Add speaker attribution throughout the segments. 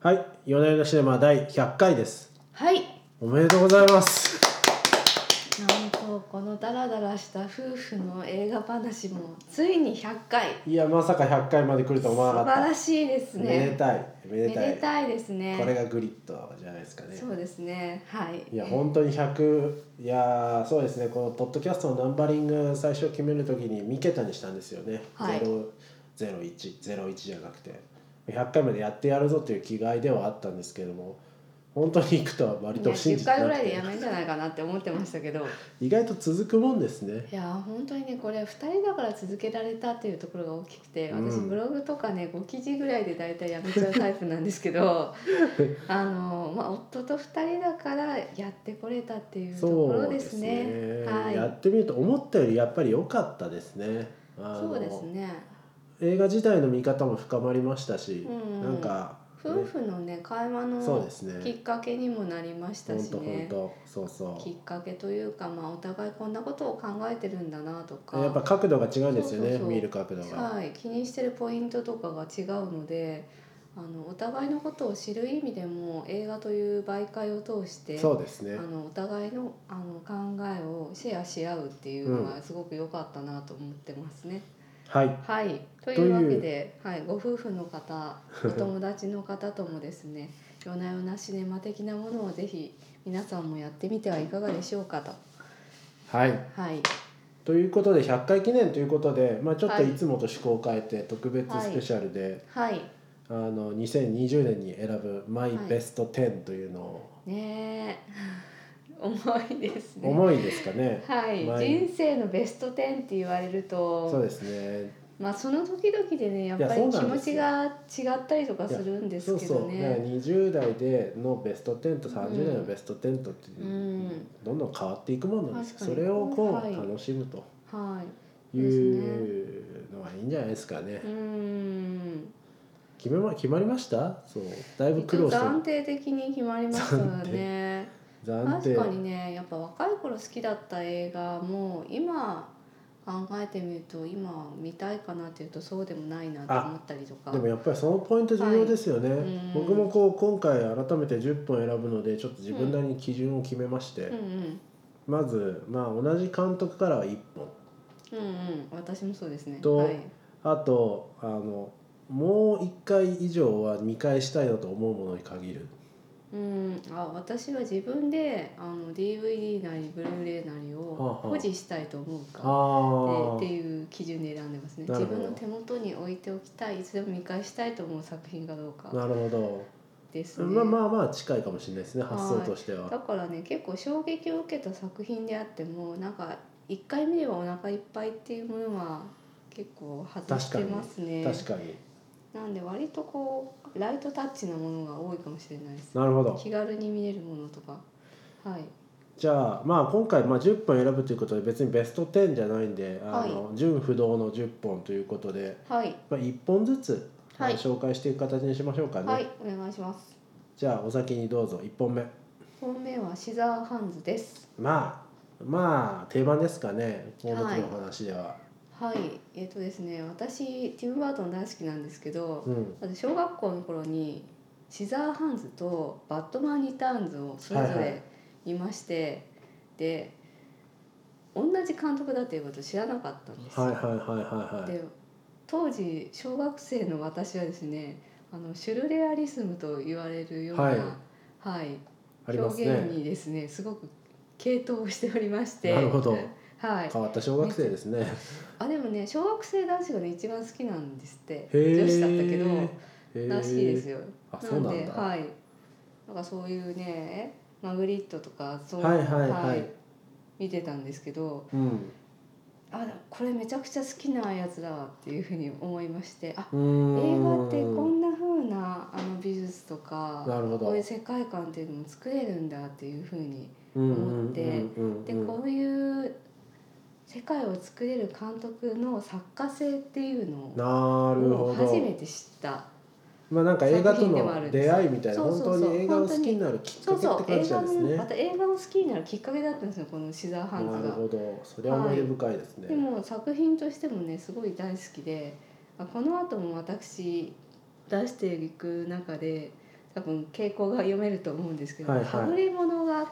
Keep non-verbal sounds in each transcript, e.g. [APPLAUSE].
Speaker 1: はい夜な夜なシネマ第100回です
Speaker 2: はい
Speaker 1: おめでとうございます
Speaker 2: なんとこのダラダラした夫婦の映画話もついに100回
Speaker 1: いやまさか100回まで来ると思わな
Speaker 2: 素
Speaker 1: か
Speaker 2: 晴
Speaker 1: っ
Speaker 2: らしいで
Speaker 1: た
Speaker 2: すね
Speaker 1: めでたいめでたい
Speaker 2: めでたいですね
Speaker 1: これがグリッドじゃないですかね
Speaker 2: そうですねはい
Speaker 1: いや本当に100いやーそうですねこのポッドキャストのナンバリング最初決めるときに3桁にしたんですよね、
Speaker 2: はい
Speaker 1: 00101じゃなくて100回までやってやるぞという気概ではあったんですけども本当に行くとは割
Speaker 2: ね
Speaker 1: と信
Speaker 2: 10
Speaker 1: じてなく
Speaker 2: 回
Speaker 1: て
Speaker 2: ぐらいでやめんじゃないかなって思ってましたけど
Speaker 1: 意外と続くもんですね
Speaker 2: いや本当にねこれ2人だから続けられたっていうところが大きくて私
Speaker 1: うん
Speaker 2: ブログとかね5記事ぐらいで大体やめちゃうタイプなんです
Speaker 1: [LAUGHS]
Speaker 2: けどあの、まあ、夫と2人だからやってこれたっていうところですね。
Speaker 1: ですね
Speaker 2: はい
Speaker 1: やってみると思ったよりやっぱり良かったですねあの
Speaker 2: そうですね。
Speaker 1: 映画自体の見方も深まりましたし、
Speaker 2: うん
Speaker 1: なんかね、
Speaker 2: 夫婦のね会話
Speaker 1: そう
Speaker 2: の
Speaker 1: ですね
Speaker 2: きっかけにもなりました
Speaker 1: 本
Speaker 2: し
Speaker 1: 当本
Speaker 2: ね。
Speaker 1: 当そうそう
Speaker 2: きっかけというか、まあ、お互いこんなことを考えてるんだなとか
Speaker 1: やっぱ角度が違うんですよね
Speaker 2: そうそうそう
Speaker 1: 見る角度が、
Speaker 2: はい、気にしてるポイントとかが違うのであのお互いのことを知る意味でも映画という媒介を通して
Speaker 1: そうですね
Speaker 2: あのお互いのあの考えをシェアし合うっていうのはすごく良かったなと思ってますね。
Speaker 1: はい
Speaker 2: はい、と
Speaker 1: とい
Speaker 2: いううわけで、はい、ご夫婦
Speaker 1: [LAUGHS]
Speaker 2: の方お友達の方ともですね夜な夜なシネマ的なものをぜひ皆さんもやってみてはいかがでしょうかと。
Speaker 1: はい
Speaker 2: はい
Speaker 1: ということで100回記念ということで、まあ、ちょっと
Speaker 2: はい
Speaker 1: いつもと趣向を変えて特別スペシャルで、
Speaker 2: はい
Speaker 1: あの2020年に選ぶ「マイベスト10」というのを、
Speaker 2: ねえ [LAUGHS] 重いですね。
Speaker 1: 重いですかね
Speaker 2: はい、
Speaker 1: まあ
Speaker 2: 人生のベスト10って言われると
Speaker 1: そうですね
Speaker 2: まあその時々でねやっぱ
Speaker 1: いや
Speaker 2: り
Speaker 1: そ
Speaker 2: 気
Speaker 1: うなん
Speaker 2: 持
Speaker 1: です
Speaker 2: ち
Speaker 1: よ
Speaker 2: が違ったりとかするんです
Speaker 1: い
Speaker 2: けど
Speaker 1: やそうそう
Speaker 2: ね。
Speaker 1: 20代でのベスト10と30代のベスト10とって、
Speaker 2: うん
Speaker 1: どんどん変わっていくものなんです
Speaker 2: 確かに
Speaker 1: それをこ
Speaker 2: は
Speaker 1: う
Speaker 2: い
Speaker 1: 楽しむと
Speaker 2: はい。
Speaker 1: い
Speaker 2: ですね。
Speaker 1: うのはいいんじゃないですかね
Speaker 2: う、ん。
Speaker 1: 決めま決まりましたそうだいぶ苦労して
Speaker 2: 暫定的に決まりましたよ
Speaker 1: [LAUGHS]
Speaker 2: ね。
Speaker 1: 暫定
Speaker 2: 確かにね、やっぱ若い頃好きだった映画も今考えてみると今見たいかなっていうとそうでもないなと思ったりとか。
Speaker 1: でもやっぱりそのポイント重要ですよね、
Speaker 2: うん
Speaker 1: 僕もこう今回改めて10本選ぶのでちょっと自分なりに基準を決めまして、
Speaker 2: うんうん
Speaker 1: まず、まあ、同じ監督からは1本
Speaker 2: うんうん。私もそうですね。
Speaker 1: と
Speaker 2: はい。
Speaker 1: あとあのもう1回以上は見返したいなと思うものに限る
Speaker 2: うん、あ私は自分であの DVD なりブルーレイなり
Speaker 1: は
Speaker 2: を
Speaker 1: あはあ
Speaker 2: 保持したいと思うか
Speaker 1: あ
Speaker 2: でっていう基準で選んでますね
Speaker 1: なる
Speaker 2: 自
Speaker 1: ほど
Speaker 2: 分の手元に置いておきたいいつでも見返したいと思う作品かどう
Speaker 1: あ
Speaker 2: か
Speaker 1: なるほ
Speaker 2: です
Speaker 1: ど、
Speaker 2: ね、
Speaker 1: まあまあまあ近いかもしれないですね
Speaker 2: はい
Speaker 1: 発想としては
Speaker 2: だからね結構衝撃を受けた作品であってもなんか一回見ればお腹いっぱいっていうものは結構外してますね
Speaker 1: 確かに
Speaker 2: なんで割とこうライトタッチなものが多いかもしれないです
Speaker 1: なるほど
Speaker 2: 気軽に見れるものとかはい
Speaker 1: じゃあまあ今回まあ10本選ぶということで別にベスト10じゃないんであの、純不動の10本ということで、
Speaker 2: はい
Speaker 1: まあ、1本ずつ、
Speaker 2: はい
Speaker 1: あの紹介していく形にしましょうかね、
Speaker 2: はい、お願いします。
Speaker 1: じゃあお先にどうぞ1本目
Speaker 2: 本命はシザーハンズです。
Speaker 1: まあまあ定番ですかねこの時の話では、
Speaker 2: はい、えっ、とですね、私ティムバートン大好きなんですけど、
Speaker 1: うん
Speaker 2: まず小学校の頃にシザーハンズとバットマンリターンズをそれぞ
Speaker 1: はいは
Speaker 2: れ見まして、で、同じ監督だっていうこと知らなかったんですよ。
Speaker 1: はいはいはいはいはい
Speaker 2: で、当時小学生の私はですね、あのシュルレアリスムと言われるような、
Speaker 1: はい
Speaker 2: はい
Speaker 1: あります
Speaker 2: 表
Speaker 1: ね
Speaker 2: 現にですねすごく傾倒をしておりまして
Speaker 1: なるほど
Speaker 2: はい、
Speaker 1: 変わった小学生ですね
Speaker 2: あでもね小学生男子がね一番好きなんですって
Speaker 1: へー
Speaker 2: 女子だったけ
Speaker 1: へ
Speaker 2: どらしいですよ
Speaker 1: あそうなんだ
Speaker 2: ではいなんかそういうねマグリットとかそう
Speaker 1: はいはいはい
Speaker 2: 見てたんですけど
Speaker 1: うん
Speaker 2: あこれめちゃくちゃ好きなやつだわっていうふうに思いましてあ
Speaker 1: うー
Speaker 2: 映
Speaker 1: ん
Speaker 2: 画ってこんな風なあの美術とか
Speaker 1: なるほど
Speaker 2: こういう世界観っていうのも作れるんだっていうふうに
Speaker 1: 思
Speaker 2: 思ってでこういう世界を作れる監督の作家性っていうの
Speaker 1: なる
Speaker 2: を
Speaker 1: ほ
Speaker 2: 初
Speaker 1: ど
Speaker 2: めて知った
Speaker 1: まあなんか映画と
Speaker 2: 作品でもある
Speaker 1: の
Speaker 2: んです
Speaker 1: 出会いみたいな
Speaker 2: そう
Speaker 1: 本
Speaker 2: そうそ
Speaker 1: 当
Speaker 2: う
Speaker 1: に映画を好きになるきっか
Speaker 2: そ
Speaker 1: け
Speaker 2: う
Speaker 1: っ
Speaker 2: そ
Speaker 1: て
Speaker 2: う
Speaker 1: 感
Speaker 2: 映
Speaker 1: じな
Speaker 2: 画
Speaker 1: んです
Speaker 2: のま
Speaker 1: ね
Speaker 2: た映画を好きになるきっかけだったんですよこのシザーハ
Speaker 1: な
Speaker 2: ンズ
Speaker 1: る
Speaker 2: が。
Speaker 1: ほどそれは思い出深いです
Speaker 2: で
Speaker 1: ね
Speaker 2: も作品としてもねすごい大好きであこの後も私出していく中で多分傾向が読めると思うんですけど、
Speaker 1: はいはい
Speaker 2: はぐれ者が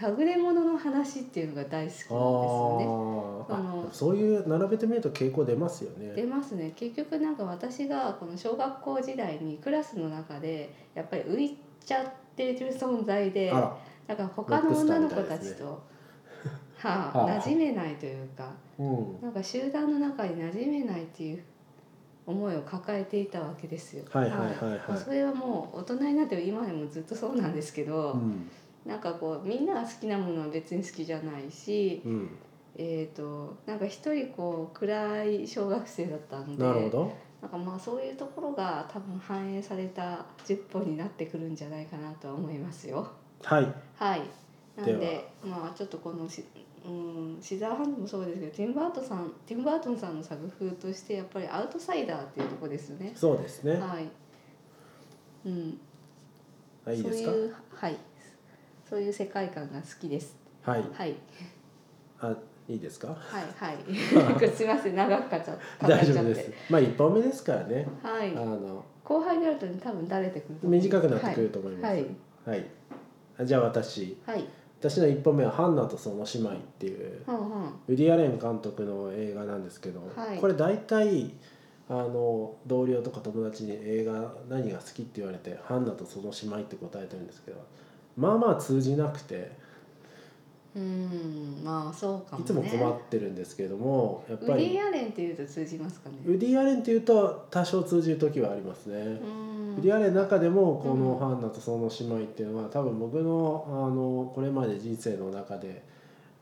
Speaker 2: はぐれ者の話っていうのが大好きなんです
Speaker 1: あ
Speaker 2: よ
Speaker 1: ー
Speaker 2: ね。その
Speaker 1: あそういう並べてみると傾向出ますよね
Speaker 2: 出ますね結局なんか私がこの小学校時代にクラスの中でやっぱり浮いちゃってる存在で
Speaker 1: あら、
Speaker 2: だから他の女の子たちと、
Speaker 1: [LAUGHS]
Speaker 2: は
Speaker 1: は
Speaker 2: あ、
Speaker 1: あ
Speaker 2: 馴染めないというか
Speaker 1: うん、
Speaker 2: なんか集団の中に馴染めないっていう思いを抱えていたわけですよ。
Speaker 1: はいはいはいはい
Speaker 2: それはもう大人になって今でもずっとそうなんですけど、
Speaker 1: うん
Speaker 2: なんかこうみんなが好きなものは別に好きじゃないし、
Speaker 1: うん、
Speaker 2: えー、となんか一人こう暗い小学生だったので
Speaker 1: なるほど
Speaker 2: なんかまあそういうところが多分反映された10本になってくるんじゃないかなとは思いますよ。
Speaker 1: はい
Speaker 2: はい。なんで
Speaker 1: で
Speaker 2: まあちょっとこのし、うん、シザーハンドもそうですけどティム・バートさんティム・バートンさんの作風としてやっぱりアウトサイダーっていうところですよね。
Speaker 1: そうですね
Speaker 2: はい。うん。
Speaker 1: いいですか
Speaker 2: そういうはい。そういう世界観が好きです。
Speaker 1: はい
Speaker 2: はい
Speaker 1: あいいですか
Speaker 2: はい
Speaker 1: [LAUGHS]
Speaker 2: はい。すみません長くかっちゃかかっ
Speaker 1: 大
Speaker 2: ちゃ
Speaker 1: 丈夫で
Speaker 2: って。
Speaker 1: すまあ一本目ですからね
Speaker 2: は
Speaker 1: あ
Speaker 2: い。
Speaker 1: の
Speaker 2: 後輩になるとね多分慣れてくると思う。
Speaker 1: 短くなってくると思います
Speaker 2: はいはい
Speaker 1: はい、あじゃあ私
Speaker 2: はい。
Speaker 1: 私の一本目は「ハンナとその姉妹」っていう
Speaker 2: はんはん。
Speaker 1: ウディ・アレン監督の映画なんですけど、
Speaker 2: はい
Speaker 1: これ大体あの同僚とか友達に映画何が好きって言われて「ハンナとその姉妹」って答えてるんですけどまあまあ通じなくて
Speaker 2: うんまあそうかも
Speaker 1: い
Speaker 2: ね。
Speaker 1: つも困ってるんですけども、やっ
Speaker 2: ウ
Speaker 1: ぱ
Speaker 2: ディ・
Speaker 1: り
Speaker 2: アレンっていうと通じますかね。
Speaker 1: ウディ・アレンっていうと多少通じる時はありますね。
Speaker 2: うん
Speaker 1: リアルの中でもこ
Speaker 2: う
Speaker 1: の「
Speaker 2: ん
Speaker 1: ハンナとその姉妹」っていうのは多分僕のあのこれまで人生の中で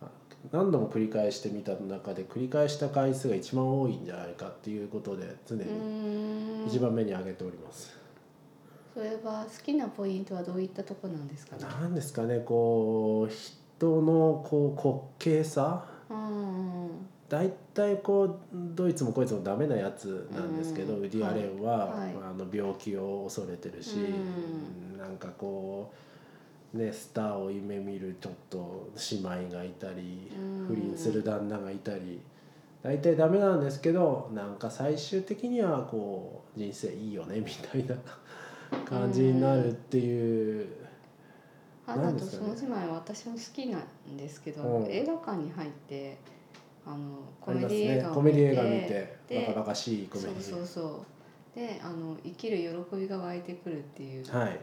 Speaker 1: あ何度も繰り返してみた中で繰り返した回数が一番多いんじゃないかっていうことで常
Speaker 2: う
Speaker 1: に
Speaker 2: ーん
Speaker 1: 一番目に挙げております。
Speaker 2: それは好きなポイントはどういったとこなんですかね。
Speaker 1: なんですかねこう人のこう滑稽さ
Speaker 2: うんうん
Speaker 1: 大体こうどいつもこいつもダメなやつなんですけど、
Speaker 2: う
Speaker 1: ウ
Speaker 2: ん
Speaker 1: ディ・アレンは、
Speaker 2: はい
Speaker 1: あの病気を恐れてるし、
Speaker 2: う
Speaker 1: なんかこう、ね、スターを夢見るちょっと姉妹がいたり、
Speaker 2: うん
Speaker 1: 不倫する旦那がいたり大体ダメなんですけどなんか最終的にはこう人生いいよね [LAUGHS] みたいな感じになるっていう。
Speaker 2: あ
Speaker 1: な
Speaker 2: なん
Speaker 1: で
Speaker 2: と
Speaker 1: す
Speaker 2: そ
Speaker 1: かね
Speaker 2: の姉妹は私も好きなんですけど、
Speaker 1: うん
Speaker 2: 映画館に入ってあのコ
Speaker 1: あり
Speaker 2: メ
Speaker 1: ま
Speaker 2: デ
Speaker 1: す
Speaker 2: ィ映
Speaker 1: ね
Speaker 2: 画
Speaker 1: コ
Speaker 2: を
Speaker 1: メ
Speaker 2: 見
Speaker 1: デ
Speaker 2: て
Speaker 1: ィ映画見て
Speaker 2: で
Speaker 1: バカバカしいコメディ
Speaker 2: そうそうそうであの生きる喜びが湧いてくるっていうのが
Speaker 1: はい
Speaker 2: あっ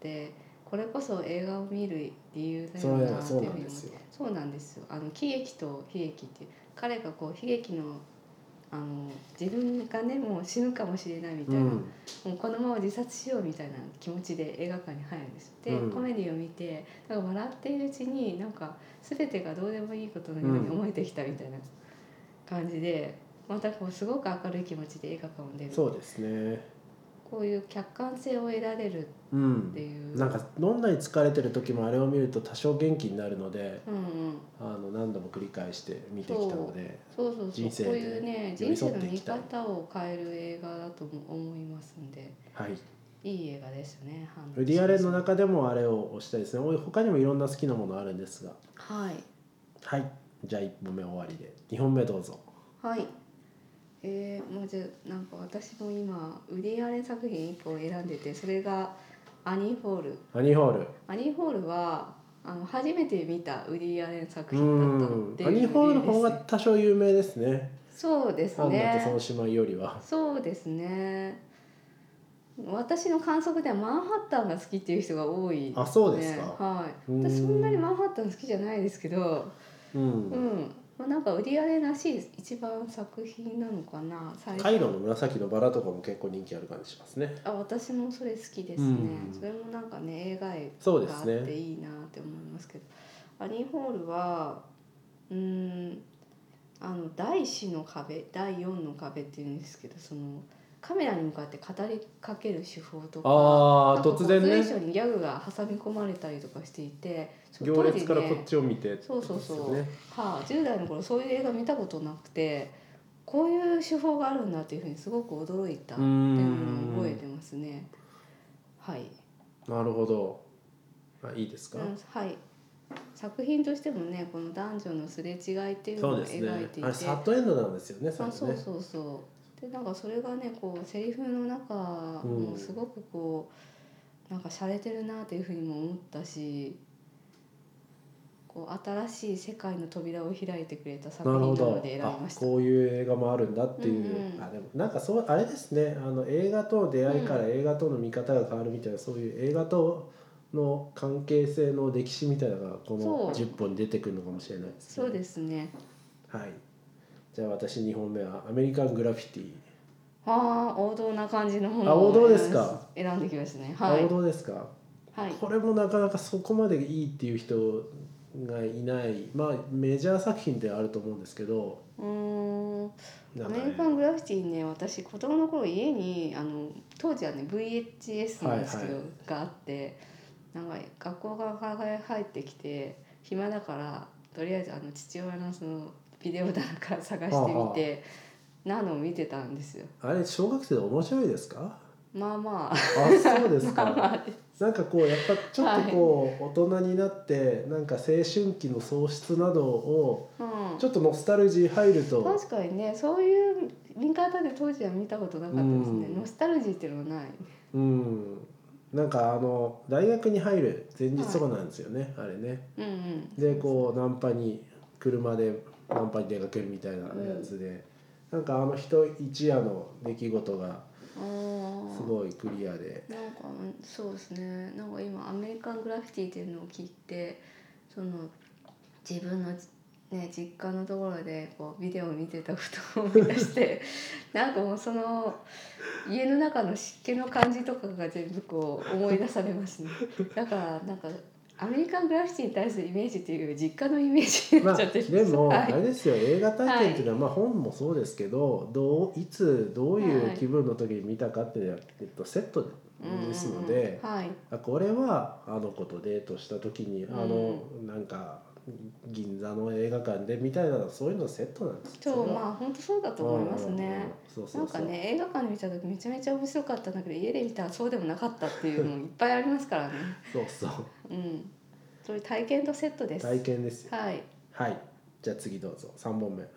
Speaker 2: てこれこそ映画を見る理由だ
Speaker 1: そ
Speaker 2: よ
Speaker 1: れ
Speaker 2: な
Speaker 1: は
Speaker 2: って
Speaker 1: そ
Speaker 2: いううふうに
Speaker 1: なん
Speaker 2: 思っ
Speaker 1: で
Speaker 2: て
Speaker 1: すよ
Speaker 2: そうなんですよ。あの喜劇と悲劇っていう彼がこう悲劇のあの自分がねもう死ぬかもしれないみたいな、も
Speaker 1: ん
Speaker 2: うこのまま自殺しようみたいな気持ちで映画館に入るんです。で、
Speaker 1: うん
Speaker 2: コメディを見てなんか笑っているうちになんか全てがどうでもいいことのように思えてきたみたいな感じで、またこうすごく明るい気持ちで映画館を出る。
Speaker 1: そうですね
Speaker 2: こういう客観性を得られる
Speaker 1: う
Speaker 2: って
Speaker 1: ん、
Speaker 2: いう。
Speaker 1: なんかどんなに疲れてる時もあれを見ると多少元気になるので
Speaker 2: うんうん。
Speaker 1: あの何度も繰り返して見てきたので
Speaker 2: そうそうそう
Speaker 1: 人生で
Speaker 2: こういうね
Speaker 1: 寄
Speaker 2: 人
Speaker 1: り
Speaker 2: 生
Speaker 1: 添
Speaker 2: の
Speaker 1: ってい
Speaker 2: 見
Speaker 1: きたい
Speaker 2: 方を変える映画だとも思いますんで
Speaker 1: はい
Speaker 2: いい映画ですよねハンド
Speaker 1: ウディアレンの中でもあれを推したいですねおい他にもいろんな好きなものあるんですが
Speaker 2: はい
Speaker 1: はいじゃあ1本目終わりで2本目どうぞ
Speaker 2: はいえー、もうじゃあなんか私も今ウディアレン作品一本選んでてそれが「アニー・ホール」
Speaker 1: アニーホール
Speaker 2: 「アニー・ホールは」あの初めて見たウディアレン作
Speaker 1: う
Speaker 2: 品だった
Speaker 1: ん
Speaker 2: っていう
Speaker 1: アニーホールの
Speaker 2: 理由です
Speaker 1: 方が多少有名ですね
Speaker 2: そうです
Speaker 1: ハンナ
Speaker 2: ね
Speaker 1: とその姉妹よりは
Speaker 2: そうですね私の観測ではマンハッタンが好きっていう人が多い、
Speaker 1: あそうですか
Speaker 2: はい、
Speaker 1: うーん
Speaker 2: 私そんなにマンハッタン好きじゃないですけど
Speaker 1: う
Speaker 2: うんん、まあ、なんかウディアレンらしい一番作品なのかな最
Speaker 1: カイロの紫のバラとかも結構人気ある感じしますね
Speaker 2: あ私もそれ好きですね、
Speaker 1: うん
Speaker 2: それもなんかね映画絵
Speaker 1: そうで
Speaker 2: があ
Speaker 1: す
Speaker 2: って
Speaker 1: ね
Speaker 2: いいなって思いますけどアニーホールはうーんあの第四の壁第四の壁っていうんですけどそのカメラに向かって語りかける手法とか
Speaker 1: あ
Speaker 2: な
Speaker 1: あ
Speaker 2: んかこう
Speaker 1: 突然ね
Speaker 2: 随所にギャグが挟み込まれたりとかしていてそう
Speaker 1: 行列から
Speaker 2: 当
Speaker 1: こ
Speaker 2: 時
Speaker 1: っちを見て、
Speaker 2: そうそうそう
Speaker 1: ですよね
Speaker 2: はあ、10代の頃そういう映画見たことなくてこういう手法があるんだっていうふうにすごく驚いたっ
Speaker 1: うー
Speaker 2: ていうんのを覚えてますね。はい、
Speaker 1: なるほどあいいです
Speaker 2: う
Speaker 1: か、
Speaker 2: んはい、作品としてもねこの男女のすれ違いっていうの
Speaker 1: そう
Speaker 2: を
Speaker 1: ですね
Speaker 2: 描いていて、
Speaker 1: あれサットエンドなんですよね
Speaker 2: あ
Speaker 1: れ
Speaker 2: そう
Speaker 1: ね
Speaker 2: そうそうでなんかそれがねこうセリフの中
Speaker 1: うん
Speaker 2: もすごくこう、なんか洒落てるなというふうにも思ったしこう新しい世界の扉を開いてくれた作
Speaker 1: なるほ
Speaker 2: 品な
Speaker 1: ど
Speaker 2: ので選び
Speaker 1: あ
Speaker 2: ました。
Speaker 1: こういう映画もあるんだっていう、
Speaker 2: うんうん
Speaker 1: あでもなんかそうあれですねあの映画との出会いから映画との見方が変わるみたいな、そういう映画との関係性の歴史みたいなのがこの
Speaker 2: そう
Speaker 1: 10本に出てくるのかもしれないです
Speaker 2: そうですね。
Speaker 1: はいじゃあ私2本目は「アメリカン・グラフィティ」
Speaker 2: ああ王道な感じの本
Speaker 1: あ王道ですか
Speaker 2: [LAUGHS] 選んできましたね。はい
Speaker 1: 王。道ですか、
Speaker 2: はい。
Speaker 1: これもなかなかそこまでいいっていう人がいないまあメジャー作品ではあると思うんですけど
Speaker 2: うーん。
Speaker 1: なんか
Speaker 2: アメ
Speaker 1: ね
Speaker 2: リカングラフィティね私子供の頃家にあの当時はね VHS なんですけど、
Speaker 1: はいは
Speaker 2: があってなんか学校が入ってきて暇だからとりあえずあの父親のそのビデオ棚から探してみてなのを見てたんですよ。
Speaker 1: あれ小学生で面白いです
Speaker 2: [LAUGHS]
Speaker 1: か
Speaker 2: まあまあ
Speaker 1: あそうですか、
Speaker 2: まあ [LAUGHS] まあ
Speaker 1: なんかこうやっぱちょっとこう、大人になってなんか青春期の喪失などを
Speaker 2: うん
Speaker 1: ちょっとノスタルジー入ると
Speaker 2: 確かにねそういう見方で当時は見たことなかったですね、
Speaker 1: うん
Speaker 2: ノスタルジーっていうのはない
Speaker 1: うんなんかあの大学に入る前日とかなんですよね、あれね。
Speaker 2: うんうん
Speaker 1: でこうナンパに車でナンパに出かけるみたいなやつで、なんかあの人一夜の出来事が
Speaker 2: あー
Speaker 1: すごいクリアで。
Speaker 2: なんかうんそうですねなんか今アメリカングラフィティっていうのを聞いてその自分の、ね、実家のところでこうビデオを見てたことを思い出して
Speaker 1: [LAUGHS]
Speaker 2: なんかもうその家の中の湿気の感じとかが全部こう思い出されますねだからなんかアメリカングラフィティに対するイメージっていうより実家のイメージに
Speaker 1: ま
Speaker 2: なっ
Speaker 1: あ、
Speaker 2: [LAUGHS] ちゃってる
Speaker 1: でも
Speaker 2: は
Speaker 1: あ
Speaker 2: い
Speaker 1: れですよ映画体験っていうのは、まあ、本もそうですけどどういつどういう気分の時に見たかっていうのは、えっと、セットですので、
Speaker 2: うんうんうんはい
Speaker 1: あこれはあの子とデートした時にあの、なんか銀座の映画館でみたいなそういうのセットなんです
Speaker 2: そうまあ本当そうだと思いま
Speaker 1: う
Speaker 2: すね。
Speaker 1: んうんうんそうそ
Speaker 2: なん
Speaker 1: うそ
Speaker 2: か
Speaker 1: う
Speaker 2: ね映画館で見た時めちゃめちゃ面白かったんだけど家で見たらそうでもなかったっていうのもいっぱいあります
Speaker 1: [LAUGHS]
Speaker 2: からね
Speaker 1: そうそう
Speaker 2: うんそういう体験とセットです
Speaker 1: 体験ですよ
Speaker 2: はい
Speaker 1: はいじゃあ次どうぞ3本目こ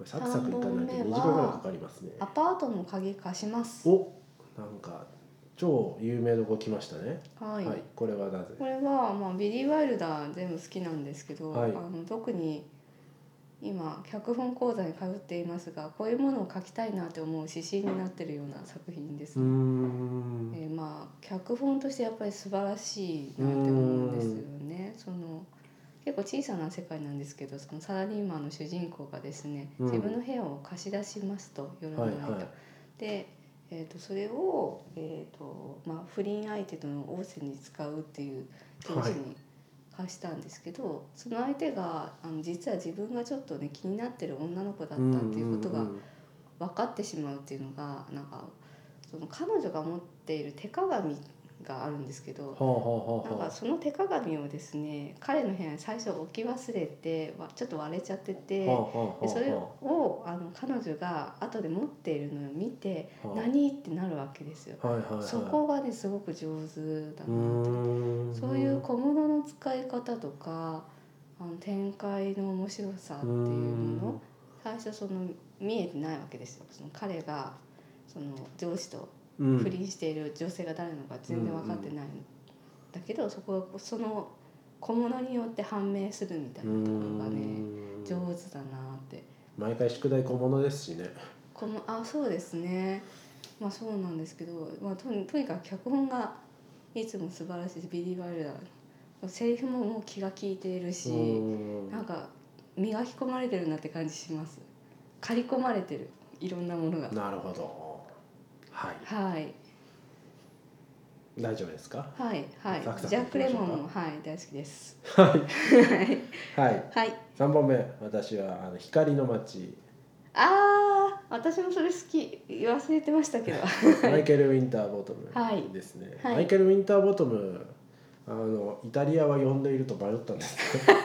Speaker 1: れサクサクいかないと
Speaker 2: 三本目は
Speaker 1: 2時間ぐらいかかりますね
Speaker 2: アパートの鍵貸します
Speaker 1: おなんか超有名どこ来ましたね
Speaker 2: は、
Speaker 1: はいい、これはなぜ
Speaker 2: これは、まあ、ビリー・ワイルダー全部好きなんですけど、
Speaker 1: はい
Speaker 2: あの特に今脚本講座に通っていますがこういうものを書きたいなって思う指針になってるような作品です
Speaker 1: うー
Speaker 2: ね、
Speaker 1: ん
Speaker 2: えーまあ脚本としてやっぱり素晴らしいなって思うんですよね。その結構小さな世界なんですけどそのサラリーマンの主人公がですね、
Speaker 1: うん
Speaker 2: 自分の部屋を貸し出しますと夜の
Speaker 1: はい
Speaker 2: 間、
Speaker 1: は
Speaker 2: で、えー、とそれを、えーとまあ、不倫相手との応戦に使うっていう上司に貸したんですけど、その相手があの実は自分がちょっとね気になってる女の子だ
Speaker 1: い
Speaker 2: ったっていうことが
Speaker 1: んんん
Speaker 2: 分かってしまうっていうのがなんかその彼女が持っている手鏡があるんですけど
Speaker 1: はあは
Speaker 2: なん
Speaker 1: あは
Speaker 2: かその手鏡をですね彼の部屋に最初置き忘れてわちょっと割れちゃって
Speaker 1: あ
Speaker 2: て
Speaker 1: はあはあはあ
Speaker 2: でそれをあの彼女が後で持っているのを見て「
Speaker 1: はあ
Speaker 2: 何?」ってなるわけですよ。
Speaker 1: はいはいはい
Speaker 2: そこがねすごく上手だ
Speaker 1: う
Speaker 2: なと
Speaker 1: ーん
Speaker 2: そういう小物の使い方とかあの展開の面白さっていうもの最初その見えてないわけですよその彼がその上司と
Speaker 1: うん
Speaker 2: 不倫している女性が誰なのか全然分かってない、だけどそこはその小物によって判明するみたいなところが
Speaker 1: う
Speaker 2: ね
Speaker 1: ーん
Speaker 2: 上手だなって
Speaker 1: 毎回宿題小物ですしね
Speaker 2: このあそうですねまあそうなんですけど、まあ、とにとにかく脚本がいつも素晴らしいしビリー・ワイルダーのセリフももう気が利いているし、
Speaker 1: うーん
Speaker 2: なんか磨き込まれてるなって感じします刈り込まれてるいろんなものが
Speaker 1: なるほどはい
Speaker 2: はい
Speaker 1: 大丈夫ですか
Speaker 2: はいはい
Speaker 1: サクサク
Speaker 2: ジャック・レモン
Speaker 1: いき
Speaker 2: もはい大好きです
Speaker 1: はい
Speaker 2: [LAUGHS] はい
Speaker 1: 3本目私はあの光の街
Speaker 2: あー私もそれ好き忘れてました
Speaker 1: [LAUGHS]
Speaker 2: けど
Speaker 1: マイケル・ウィンターボト
Speaker 2: はい
Speaker 1: ムですね、
Speaker 2: はい
Speaker 1: マイケル・ウィンターボトムあのイタリアは呼んでいると迷ったんですけど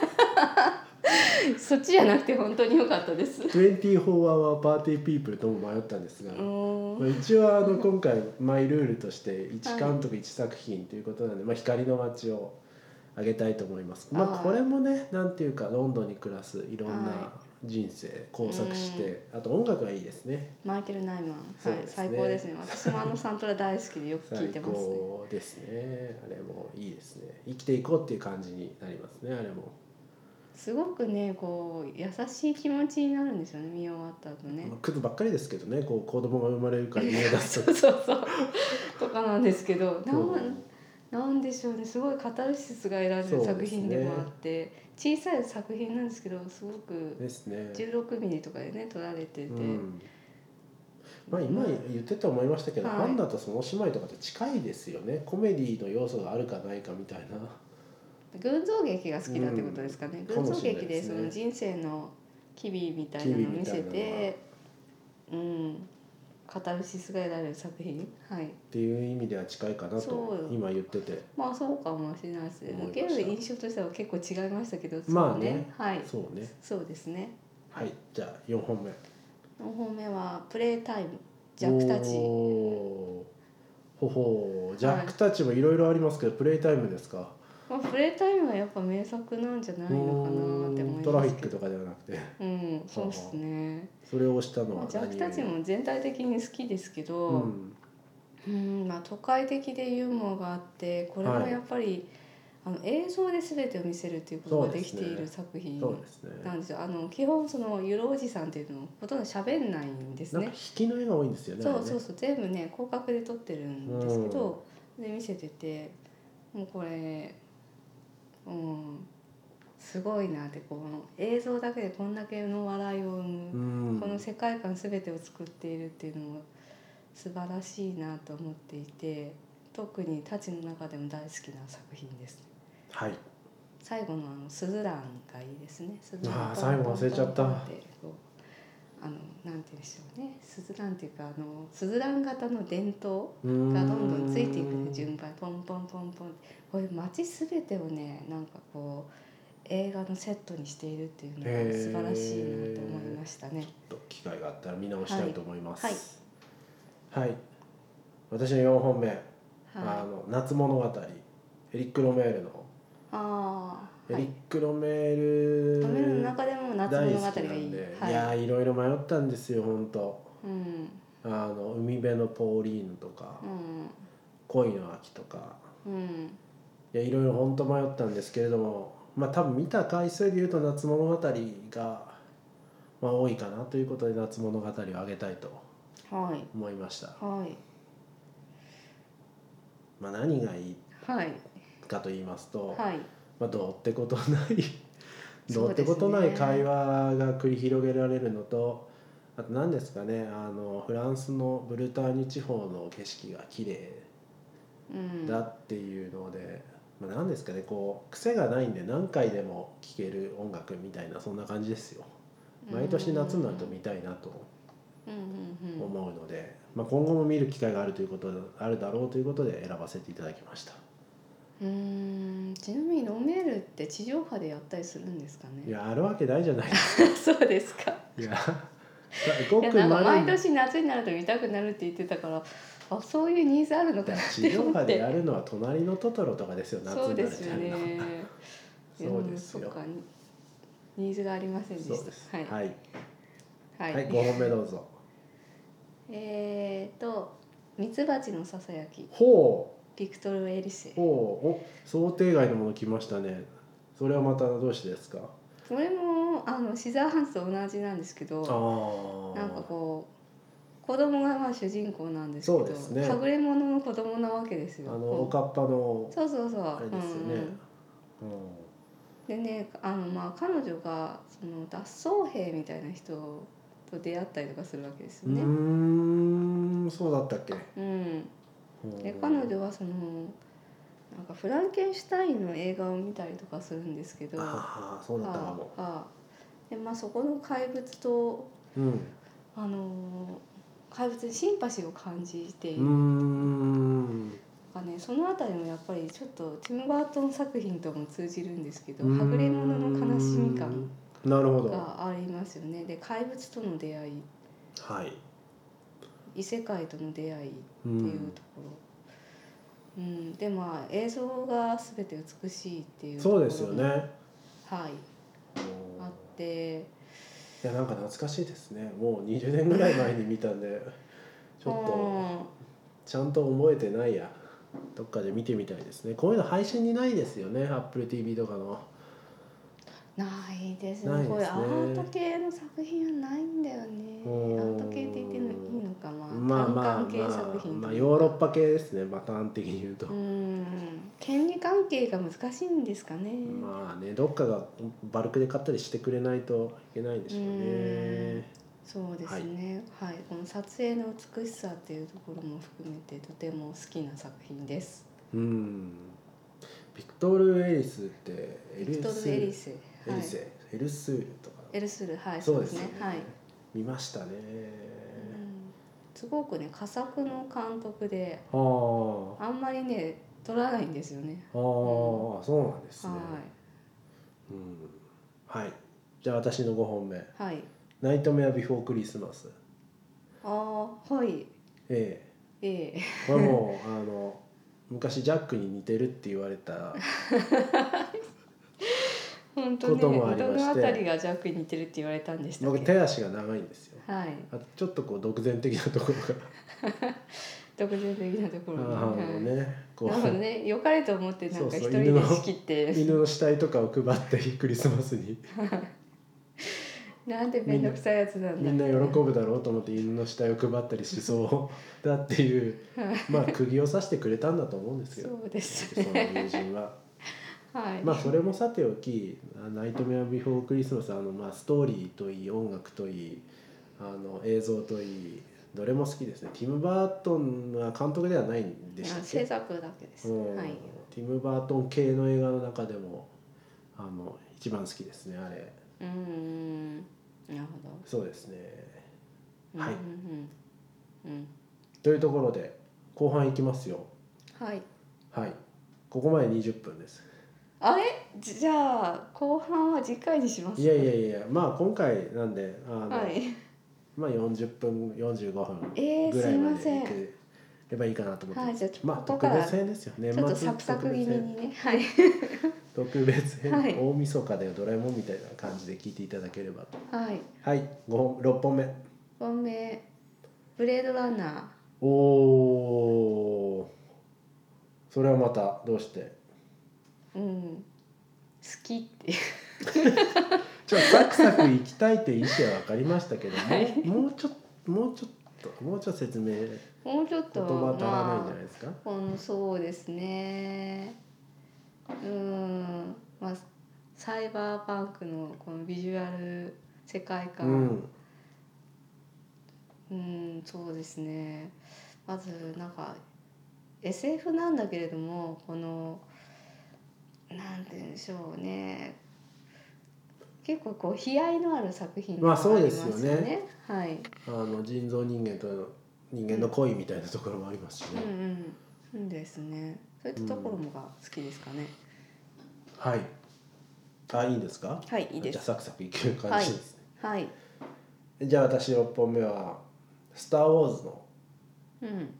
Speaker 2: そっちじゃなくて本当に良かったですう
Speaker 1: 24 hour party people とも迷ったんですが、
Speaker 2: ー
Speaker 1: ま
Speaker 2: ん
Speaker 1: あ、一応あの今回マイルールとして1監督1作品ということなんで、まあ、光の街をあげたいと思います、まあ、
Speaker 2: あー
Speaker 1: これもねなんていうかロンドンに暮らすいろんな
Speaker 2: は
Speaker 1: 人生工作して、あと音楽がいいですね
Speaker 2: マイケル・ナイマン、
Speaker 1: そう
Speaker 2: はい
Speaker 1: ですね
Speaker 2: 最高ですね私もあのサントラ大好きでよく聞
Speaker 1: 最
Speaker 2: いてますね
Speaker 1: 高ですねあれもいいですね生きていこうっていう感じになりますねあれも、
Speaker 2: すごくねこう優しい気持ちになるんですよね見終わった後ね
Speaker 1: まあ、クズばっかりですけどねこう子供が生まれるから家出
Speaker 2: [LAUGHS] そ
Speaker 1: す
Speaker 2: うそうそうとかなんですけどな
Speaker 1: と
Speaker 2: んなんでしょうねすごいカタルシスが得られる作品でもあって、小さい作品なんですけどすごく
Speaker 1: ですね、
Speaker 2: 16ミリとかでね撮られてて、
Speaker 1: うん、まあ今言ってて思いましたけど、
Speaker 2: はい
Speaker 1: パンダとその姉妹とかって近いですよねコメディの要素があるかないかみたいな
Speaker 2: 群像劇が好きだってことですかね、
Speaker 1: うん
Speaker 2: 群像
Speaker 1: かもしれな
Speaker 2: 劇
Speaker 1: いで
Speaker 2: ですそ
Speaker 1: ね
Speaker 2: の人生の機微みたいなのを
Speaker 1: 機微み
Speaker 2: 見せ
Speaker 1: たいなの
Speaker 2: てうんカタルシスが得られる作品はい
Speaker 1: っていう意味では近いかな
Speaker 2: そう
Speaker 1: と今言ってて
Speaker 2: まあそうかもしれないですね
Speaker 1: 思いま
Speaker 2: 受け
Speaker 1: した
Speaker 2: る印象としては結構違いましたけど
Speaker 1: まあ
Speaker 2: そう
Speaker 1: ね
Speaker 2: はい
Speaker 1: そうね
Speaker 2: そうですね
Speaker 1: はいじゃあ4本目
Speaker 2: 4本目はプレイタイム弱たち
Speaker 1: おーほほうジャックたちもいろいろありますけど、プレイタイムですか
Speaker 2: まあ、プレイタイムはやっぱ名作なんじゃないのかなって思いますけど
Speaker 1: トラフィックとかではなくて
Speaker 2: うんそうですね、
Speaker 1: それをしたの
Speaker 2: ま
Speaker 1: は
Speaker 2: あ、ジャ
Speaker 1: 何
Speaker 2: ック
Speaker 1: より
Speaker 2: たちも全体的に好きですけど、
Speaker 1: うん、
Speaker 2: うんまあ、都会的でユーモアがあってこれはやっぱり、あの映像で全てを見せるっていうことができてい
Speaker 1: そう
Speaker 2: る
Speaker 1: で
Speaker 2: 作品
Speaker 1: そうですね
Speaker 2: なんですよ。あの基本そのユロおじさんっていうのをほとんど喋んないんです
Speaker 1: なんか
Speaker 2: ね
Speaker 1: 引。きの絵が多いんですよね
Speaker 2: そうそう
Speaker 1: そ
Speaker 2: そう全部ね広角で撮ってるんですけど、で見せててもうこれうんすごいなってこの映像だけでこんだけの笑いを生む
Speaker 1: うん
Speaker 2: この世界観全てを作っているっていうのも素晴らしいなと思っていて特に「たち」の中でも大好きな作品ですね
Speaker 1: はい
Speaker 2: 最後のあのスズランがいいですねスズラン
Speaker 1: あー最後忘れちゃった
Speaker 2: ポンポンポンってこうあのなんて言うんでしょうねスズランっていうかあのスズラン型の伝統
Speaker 1: うーん
Speaker 2: がどんどんついていくね順番ポンポンポンポンってこういう街全てをねなんかこう映画のセットにしているっていうのが素晴らしいなと思いましたね。
Speaker 1: ちょっと機会があったら見直したいと思います
Speaker 2: は
Speaker 1: は
Speaker 2: い
Speaker 1: い、私の4本目、あ
Speaker 2: はい
Speaker 1: の夏物語エリック・ロメールの、
Speaker 2: ああ、
Speaker 1: エ
Speaker 2: は
Speaker 1: リ
Speaker 2: い
Speaker 1: ッ。ク・ロメール
Speaker 2: 雨の中でも夏
Speaker 1: 大
Speaker 2: 物語
Speaker 1: 好き
Speaker 2: がい
Speaker 1: ないん
Speaker 2: い
Speaker 1: で。、、
Speaker 2: はいい。
Speaker 1: やーいろいろ迷ったんですよ本当
Speaker 2: うん。
Speaker 1: あの海辺のポーリーヌとか、
Speaker 2: うん。
Speaker 1: 恋の秋とか
Speaker 2: うん。
Speaker 1: いやいろいろ本当迷ったんですけれどもまあ多分見た回数で言うと夏物語がまあ多いかなということで夏物語をあげたいと
Speaker 2: はい。
Speaker 1: 思いました。
Speaker 2: はい。
Speaker 1: まあ、何がいい
Speaker 2: はい。
Speaker 1: かと言いますと、
Speaker 2: はい。
Speaker 1: まあ、どうってこと
Speaker 2: [LAUGHS]
Speaker 1: ないど
Speaker 2: そう
Speaker 1: うっ
Speaker 2: です
Speaker 1: てこ
Speaker 2: ね
Speaker 1: とない会話が繰り広げられるのとあと何ですかねあのフランスのブルターニュ地方の景色が綺麗
Speaker 2: うん。
Speaker 1: だっていうので、まあ、何ですかねこう癖がないんで何回でも聴ける音楽みたいなそんな感じですよ。毎年夏になると見たいなと
Speaker 2: うんうんうん。
Speaker 1: 思うので、まあ、今後も見る機会があるということあるだろうということで選ばせていただきました。
Speaker 2: うーん。ちなみにロメールって地上波でやったりするんですか
Speaker 1: い
Speaker 2: ね。
Speaker 1: やあるわけないじゃないですか
Speaker 2: [LAUGHS] そうですか。
Speaker 1: い
Speaker 2: [LAUGHS]
Speaker 1: や、ご
Speaker 2: いや
Speaker 1: く
Speaker 2: なんか
Speaker 1: まれ
Speaker 2: 毎
Speaker 1: に
Speaker 2: 年夏になると見たくなるって言ってたから、あそういうニーズあるのかなって
Speaker 1: 地上
Speaker 2: 思
Speaker 1: 波
Speaker 2: っ
Speaker 1: で
Speaker 2: て
Speaker 1: や。るのは隣のトトロとか
Speaker 2: [LAUGHS]
Speaker 1: ですよ。夏
Speaker 2: そう
Speaker 1: にな
Speaker 2: で
Speaker 1: る
Speaker 2: す
Speaker 1: ち
Speaker 2: よ
Speaker 1: ゃうの。
Speaker 2: ね。
Speaker 1: [LAUGHS] そうですよ
Speaker 2: いやもうそっかニーズがありませんでし
Speaker 1: そうで
Speaker 2: た。はい
Speaker 1: す。。はい。
Speaker 2: は
Speaker 1: はい、五本目どうぞ。
Speaker 2: えー、とミツバチのささやき
Speaker 1: ほ
Speaker 2: ビクトル・エリシ
Speaker 1: う、
Speaker 2: ェ
Speaker 1: ほう、お、想定外のもの来ましたね。それはまたどうしてですか。
Speaker 2: これもあのシザーハンズと同じなんですけ
Speaker 1: あ
Speaker 2: ど
Speaker 1: あ。
Speaker 2: なんかこう子供がまあ主人公なんですけ
Speaker 1: そ
Speaker 2: ど
Speaker 1: うですね
Speaker 2: はぐれ者の子供なわけですよ。
Speaker 1: あの
Speaker 2: こう
Speaker 1: おかっぱの
Speaker 2: そうそうそう。
Speaker 1: あれですよ
Speaker 2: う
Speaker 1: ね
Speaker 2: んうん。でねあのまあ彼女がその脱走兵みたいな人と出会ったりとかするわけです
Speaker 1: うん。う
Speaker 2: よね。
Speaker 1: ーん、そうだったっけ。
Speaker 2: うんで
Speaker 1: うん
Speaker 2: 彼女はそのなんかフランケンシュタインの映画を見たりとかするんですけど。
Speaker 1: ああ、そうだったかも。
Speaker 2: ああでまあそこの怪物と
Speaker 1: うん。
Speaker 2: あのー怪物にシンパシーを感じている
Speaker 1: うーん。
Speaker 2: とかねそのあたりもやっぱりちょっとティム・バートン作品とも通じるんですけど
Speaker 1: うーん
Speaker 2: はぐれ者の悲しみ感。
Speaker 1: なるほど。は
Speaker 2: がありますよねで怪物との出会い
Speaker 1: い。
Speaker 2: 異世界との出会
Speaker 1: う
Speaker 2: いってい
Speaker 1: ん
Speaker 2: うところ、うんでまあ映像が全て美しいっていうとこ
Speaker 1: そう
Speaker 2: ろ
Speaker 1: ですよね。
Speaker 2: はいあ
Speaker 1: あ
Speaker 2: って
Speaker 1: いやなんか懐かしいですねもう20年ぐらい前に見たんでちょっとちゃんと覚えてないやどっかで見てみたいですねこういうの配信にないですよね AppleTV とかの
Speaker 2: うんないですね
Speaker 1: ないですね
Speaker 2: こういうアート系の作品はないんだよねア
Speaker 1: うん
Speaker 2: ート系って言ってもいいのかまあ、
Speaker 1: まあまあまあ、
Speaker 2: 単管系作品
Speaker 1: まあ、ヨーロッパ系ですねまあ端的に言うと、
Speaker 2: うん権利関係が難しいんですかね、
Speaker 1: まあねどっかがバルクで買ったりしてくれないといけないんでしょう
Speaker 2: うん
Speaker 1: ね
Speaker 2: そうですねはい、この撮影の美しさっていうところも含めてとても好きな作品です
Speaker 1: うんビクトール・エリスってエ
Speaker 2: ビクトル・エリス
Speaker 1: エリ
Speaker 2: はい
Speaker 1: セエルスールとか
Speaker 2: エルスールはい
Speaker 1: そ
Speaker 2: そうう
Speaker 1: で
Speaker 2: ですす
Speaker 1: ね
Speaker 2: ねはい、
Speaker 1: 見ましたね、
Speaker 2: うんすごくね佳作の監督で
Speaker 1: あー
Speaker 2: あんまりね撮らないんですよね
Speaker 1: あー、そうなんですね、
Speaker 2: は
Speaker 1: うんはいじゃあ私の5本目
Speaker 2: いはい
Speaker 1: 「ナイトメア・ビフォー・クリスマス
Speaker 2: ああはい」
Speaker 1: え
Speaker 2: ええ [LAUGHS]
Speaker 1: えこれもうあの昔ジャックに似てるって言われ
Speaker 2: [LAUGHS]
Speaker 1: た
Speaker 2: 本当ね
Speaker 1: こともありまして
Speaker 2: どのあたりがジャックに似てるって言われたんでしたっ
Speaker 1: 僕
Speaker 2: け
Speaker 1: 手足が長いんですよ
Speaker 2: はい
Speaker 1: あとちょっとこう独善的なところが
Speaker 2: 独自的なところ
Speaker 1: あ
Speaker 2: ね
Speaker 1: のねこ
Speaker 2: なるほど
Speaker 1: う
Speaker 2: ね良かれと思ってなんか
Speaker 1: そうそ
Speaker 2: 一
Speaker 1: う
Speaker 2: 人
Speaker 1: 犬
Speaker 2: で
Speaker 1: の
Speaker 2: 仕切って
Speaker 1: 犬の死体とかを配ってクリスマスに
Speaker 2: なんて面倒くさいやつなんだ
Speaker 1: みんな喜ぶだろうと思って犬の死体を配ったりしそうだっていうまあ釘を刺してくれたんだと思うんですよ
Speaker 2: そうです
Speaker 1: その
Speaker 2: ね
Speaker 1: 友人は。
Speaker 2: はい、
Speaker 1: まあそれもさておき「ナイトメアビフォークリスマス」あのまあストーリーといい音楽といいあの映像といいどれも好きですねティム・バートンは監督ではないんでした
Speaker 2: あ
Speaker 1: っ
Speaker 2: 制
Speaker 1: け、
Speaker 2: 作だけです、
Speaker 1: うん
Speaker 2: はい
Speaker 1: ティム・バートン系の映画の中でもあの一番好きですねあれ
Speaker 2: うーんなるほど
Speaker 1: そうですね
Speaker 2: うん
Speaker 1: はい
Speaker 2: うんうんうん
Speaker 1: というところで後半いきますよ
Speaker 2: はい
Speaker 1: はいここまで20分です
Speaker 2: あれじじゃあ後半は次回にします
Speaker 1: いやいやいやまあ今回なんであの、
Speaker 2: はい
Speaker 1: まあ40分45分
Speaker 2: えー、
Speaker 1: ぐ
Speaker 2: す
Speaker 1: ら
Speaker 2: い
Speaker 1: い
Speaker 2: ま
Speaker 1: ま
Speaker 2: せ
Speaker 1: で
Speaker 2: ん
Speaker 1: いければいいかなと思って
Speaker 2: はいじゃあちょ
Speaker 1: まあ
Speaker 2: ここ
Speaker 1: 特
Speaker 2: から
Speaker 1: 別
Speaker 2: ちょ
Speaker 1: 編ですよね
Speaker 2: っと
Speaker 1: 末
Speaker 2: サクサク気味にねはい
Speaker 1: 特別編特別編、
Speaker 2: はい
Speaker 1: 大晦日だよドラえもんみたいな感じで聞いていただければと
Speaker 2: はい
Speaker 1: はい5本6本目
Speaker 2: 5本目ブレードランナ
Speaker 1: おおーそれはまたどうして
Speaker 2: ーうん好きっていう
Speaker 1: じゃあサクサク行きたいっていう意思は分かりましたけど、
Speaker 2: はい
Speaker 1: もうもうちょっともうちょっともうちょっと説明
Speaker 2: もうちょっと
Speaker 1: 言葉足らないんじゃ
Speaker 2: ま
Speaker 1: ないですか、
Speaker 2: あこのそうですねうんまあサイバーパンクのこのビジュアル世界観、
Speaker 1: うん
Speaker 2: うんそうですねまずなんか SF なんだけれどもこのなんて言うんでしょうね結構こう悲哀のある作品
Speaker 1: まあそうですよね
Speaker 2: でもありますよねはい
Speaker 1: あの人造人間と人間の恋みたいなところもありますしね、
Speaker 2: うんうんそうですねそういったところもが好きですかね、
Speaker 1: はいあいいんですか
Speaker 2: はいいいで
Speaker 1: じゃあ
Speaker 2: す
Speaker 1: サクサクいける感じですね、
Speaker 2: はい
Speaker 1: じゃあ私6本目は「スター・ウォーズ」の
Speaker 2: うん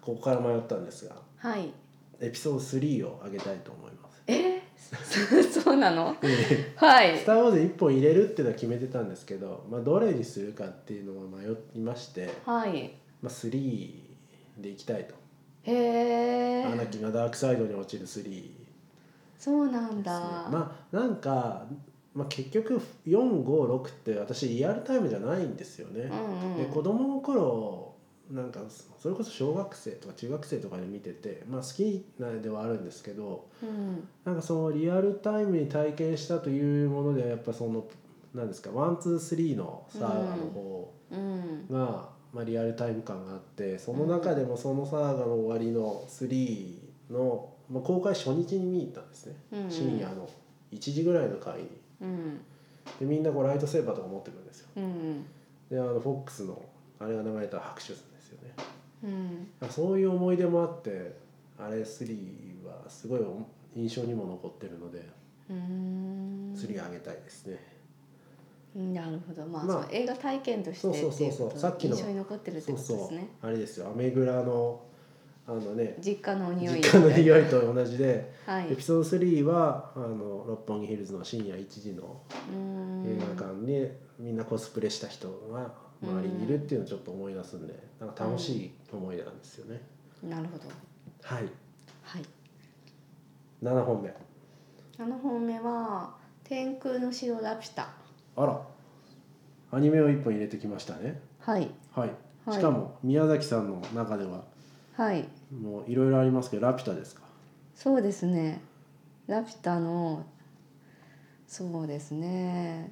Speaker 1: ここから迷ったんですが
Speaker 2: はい
Speaker 1: エピソード3をあげたいと思います
Speaker 2: え [LAUGHS] ー、そそうなの
Speaker 1: で
Speaker 2: はい
Speaker 1: スター・ [LAUGHS] ウォーズ」1本入れるっていうのは決めてたんですけど、まあ、どれにするかっていうのを迷いまして、
Speaker 2: はい
Speaker 1: まあ、3でいきたいと
Speaker 2: へ
Speaker 1: ア
Speaker 2: え
Speaker 1: ナキンがダークサイドに落ちる3ですね
Speaker 2: そうなんだ、
Speaker 1: まあなんか、まあ、結局456って私リアルタイムじゃないんですよね、
Speaker 2: うんう
Speaker 1: で
Speaker 2: ん
Speaker 1: 子供の頃なんかそれこそ小学生とか中学生とかで見てて、まあ、好きなんではあるんですけど
Speaker 2: うん
Speaker 1: なんかそのリアルタイムに体験したというものではやっぱそのなんですかワンツースリーのサーガの方
Speaker 2: うん
Speaker 1: が、まあ、リアルタイム感があってその中でもそのサーガの終わりの3の、まあ、公開初日に見に行ったんですね、
Speaker 2: うんうん
Speaker 1: 深夜の1時ぐらいの回に
Speaker 2: うん
Speaker 1: でみんなこうライトセーバーとか持ってくるんですよ
Speaker 2: うん
Speaker 1: であのフォックスのあれが流れたら拍手するんですよね
Speaker 2: うん
Speaker 1: そういう思い出もあってあれ3はすごい印象にも残ってるので
Speaker 2: うん
Speaker 1: 3あげたいですね、
Speaker 2: なるほどまあ、
Speaker 1: まあ
Speaker 2: その映画体験として
Speaker 1: そうそうそうそう
Speaker 2: っていこと
Speaker 1: さっきの
Speaker 2: 印象に残ってるって
Speaker 1: そう
Speaker 2: ことです
Speaker 1: そ
Speaker 2: ね
Speaker 1: うあれですよアメグラのあのね
Speaker 2: 実家の匂い
Speaker 1: 実家の匂いと同じで、
Speaker 2: はい
Speaker 1: エピソード3はあの六本木ヒルズの深夜1時の
Speaker 2: うーん
Speaker 1: 映画館にみんなコスプレした人が周りにいるっていうのをちょっと思い出すんでなんか楽しい思い出なんですよね。
Speaker 2: なるほど
Speaker 1: はい
Speaker 2: はい
Speaker 1: 7本目
Speaker 2: 7本目は「天空の城ラピュタ
Speaker 1: あらアニメを1本入れてきましたね」
Speaker 2: はい
Speaker 1: はい、
Speaker 2: はい
Speaker 1: しかも宮崎さんの中では
Speaker 2: はい
Speaker 1: もういろいろありますけど「ラピュタ」ですか
Speaker 2: そうですね「ラピュタの」そうですね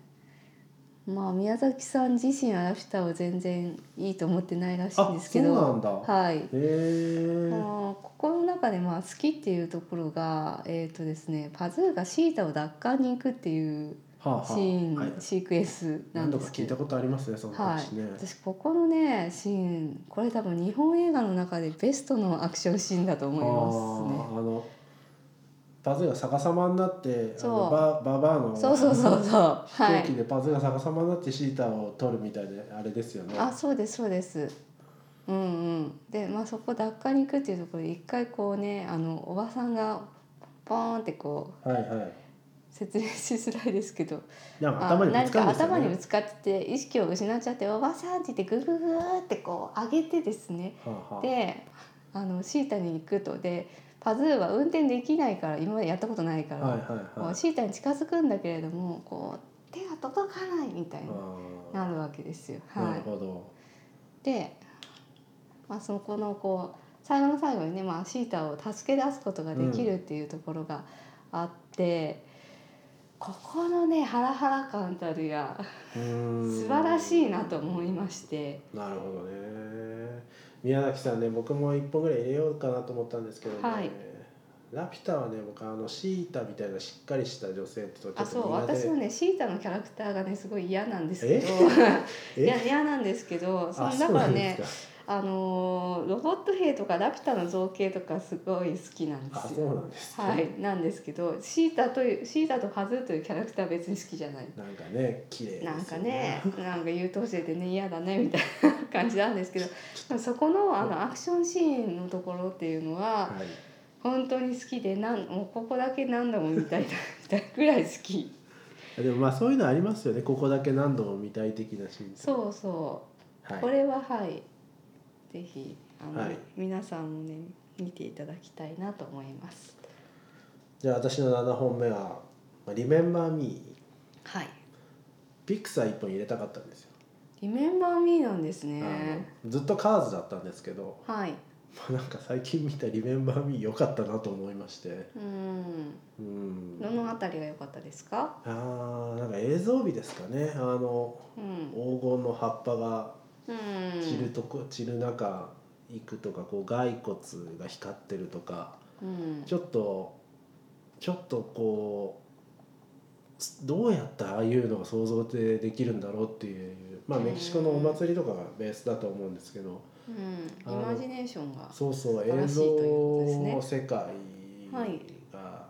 Speaker 2: まあ宮崎さん自身は「ラピュタ」を全然いいと思ってないらしいんですけど
Speaker 1: あそうなんだ
Speaker 2: はい
Speaker 1: へえ
Speaker 2: あのここの中でまあ好きっていうところが、えーとですね、パズーがシータを奪還に行くっていう
Speaker 1: はあはあ
Speaker 2: シーン、
Speaker 1: はい、
Speaker 2: シークエンスな
Speaker 1: 何
Speaker 2: ん
Speaker 1: 度
Speaker 2: で
Speaker 1: か
Speaker 2: すけ
Speaker 1: 聞いた
Speaker 2: ど、
Speaker 1: ことありますねその
Speaker 2: はい
Speaker 1: 話ね、、
Speaker 2: 私ここのねシーンこれ多分日本映画の中でベストのアクションシーンだと思いま
Speaker 1: あーあのパズーが逆さまになってあ
Speaker 2: そう
Speaker 1: のバババアの
Speaker 2: すね。そうそうそうそう。
Speaker 1: [LAUGHS] 飛
Speaker 2: は
Speaker 1: 行
Speaker 2: い
Speaker 1: 機。でパズーが逆さまになってシータを取るみたいであれですよね
Speaker 2: あそうですそうです。うんうん。でまあそこ奪還に行くっていうところで一回こうねあのおばさんがポーンってこう
Speaker 1: はいはい
Speaker 2: 説明しづらいですけど
Speaker 1: なんか
Speaker 2: あ
Speaker 1: 頭にぶ
Speaker 2: 何
Speaker 1: つかるん
Speaker 2: か
Speaker 1: ですよ
Speaker 2: 頭にぶ
Speaker 1: ね
Speaker 2: つかって意識を失っちゃって「おばさん」って言ってグググーってこう上げてですね
Speaker 1: はあはあ
Speaker 2: であのシータに行くとでパズーは運転できないから今までやったことないから、
Speaker 1: はいはい
Speaker 2: こ
Speaker 1: は
Speaker 2: う
Speaker 1: い
Speaker 2: シータに近づくんだけれどもこう手が届かないみたい
Speaker 1: あー
Speaker 2: ななるわけですよ。
Speaker 1: な
Speaker 2: は
Speaker 1: る
Speaker 2: い、
Speaker 1: ほど
Speaker 2: で、まあ、そこのこう最後の最後にね、まあ、シータを助け出すことができるっていうところがあって、ここのねハラハラ感たるや素
Speaker 1: 素
Speaker 2: 晴らしいなと思いまして、
Speaker 1: なるほどね宮崎さんね僕も1本ぐらい入れようかなと思ったんですけどね、
Speaker 2: はい
Speaker 1: ラピュタはね僕あのシータみたいなしっかりした女性ってちょっと
Speaker 2: あそう
Speaker 1: 苦手
Speaker 2: 私はねシータのキャラクターがねすごい嫌なんです
Speaker 1: え
Speaker 2: けど
Speaker 1: え
Speaker 2: いや嫌なんですけど
Speaker 1: [LAUGHS]
Speaker 2: そ
Speaker 1: あ
Speaker 2: のだからね
Speaker 1: そう
Speaker 2: あのーロボット兵とかラピュタの造形とかすごい好きなん
Speaker 1: なんです
Speaker 2: で
Speaker 1: かあ
Speaker 2: す
Speaker 1: そう
Speaker 2: よ。
Speaker 1: なんですね
Speaker 2: はい、なんですけどシータというシータとパズーというキャラクターは別に好きじゃない
Speaker 1: なんかね綺麗ですよ
Speaker 2: なんかねなんか優等生でね嫌だねみたいな感じなんですけどでもそこのあのアクションシーンのところっていうのは
Speaker 1: はい
Speaker 2: 本当に好きでなんもうここだけ何度も見たいなみたいなぐらい好き
Speaker 1: あでもまあそういうのありますよねここだけ何度も見たい的なシーンう、
Speaker 2: そうそ
Speaker 1: は
Speaker 2: う
Speaker 1: い、
Speaker 2: これははいぜひあの、
Speaker 1: はい
Speaker 2: 皆さんもね見ていただきたいなと思います
Speaker 1: じゃあ私の7本目は「リメンバー・ミー
Speaker 2: はい」
Speaker 1: ピクサー1本入れたかったんですよ、
Speaker 2: リメンバーミーなんですね
Speaker 1: あのずっとカーズだったんですけど
Speaker 2: はい
Speaker 1: まあなんか最近見た「リメンバー・ミー」良かったなと思いまして
Speaker 2: うん
Speaker 1: うん
Speaker 2: どのあたりが良かったですか
Speaker 1: あーなんか映像美ですかねあの
Speaker 2: うん
Speaker 1: 黄金の葉っぱが
Speaker 2: うん
Speaker 1: 散るとこ散る中行くとかこう骸骨が光ってるとか
Speaker 2: うん
Speaker 1: ちょっとちょっとこうすどうやったらああいうのが想像でできるんだろうっていうまあ
Speaker 2: うん
Speaker 1: メキシコのお祭りとかがベースだと思うんですけど
Speaker 2: うん、
Speaker 1: あ
Speaker 2: イ
Speaker 1: の
Speaker 2: マジネーションが
Speaker 1: そうそう
Speaker 2: 素晴
Speaker 1: 映
Speaker 2: らしいということです
Speaker 1: 像
Speaker 2: ね
Speaker 1: の世界
Speaker 2: はい
Speaker 1: が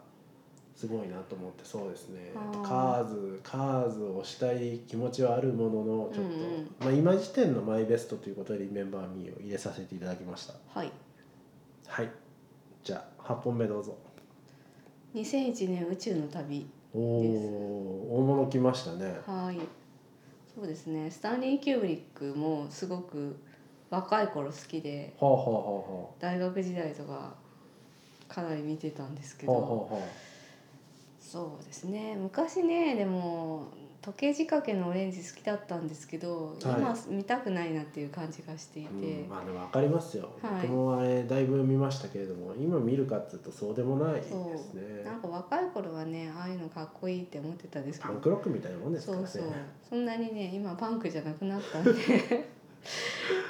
Speaker 1: すごいなと思ってそうですね
Speaker 2: あー
Speaker 1: カーズカーズをしたい気持ちはあるもののちょっと、
Speaker 2: うんうん
Speaker 1: まあ、今時点のマイベストということで「リメンバー・ミー」を入れさせていただきました
Speaker 2: はい
Speaker 1: はいじゃあ8本目どうぞ
Speaker 2: 2001年宇宙の旅
Speaker 1: おお
Speaker 2: です
Speaker 1: 大物来ましたね
Speaker 2: はいそうですねスタンリー・キューブリックもすごく若い頃好きで
Speaker 1: はあはあは
Speaker 2: 大学時代とかかなり見てたんですけ
Speaker 1: あはあ
Speaker 2: ど、
Speaker 1: はあはあ
Speaker 2: そうですね昔ねでも時計仕掛けのオレンジ好きだったんですけど、
Speaker 1: は
Speaker 2: 今見たくないなっていう感じがしていて、
Speaker 1: うん、まあでも分かりますよ、
Speaker 2: はい
Speaker 1: 僕もあれだいぶ見ましたけれども今見るかっていうとそうでもないですね
Speaker 2: なんか若い頃はねああいうのかっこいいって思ってたんですけ
Speaker 1: パ
Speaker 2: ど
Speaker 1: ンクロックみたいなもんですか
Speaker 2: そ
Speaker 1: らね
Speaker 2: うそうそんなにね今パンクじゃなくなっ
Speaker 1: [LAUGHS]
Speaker 2: たんで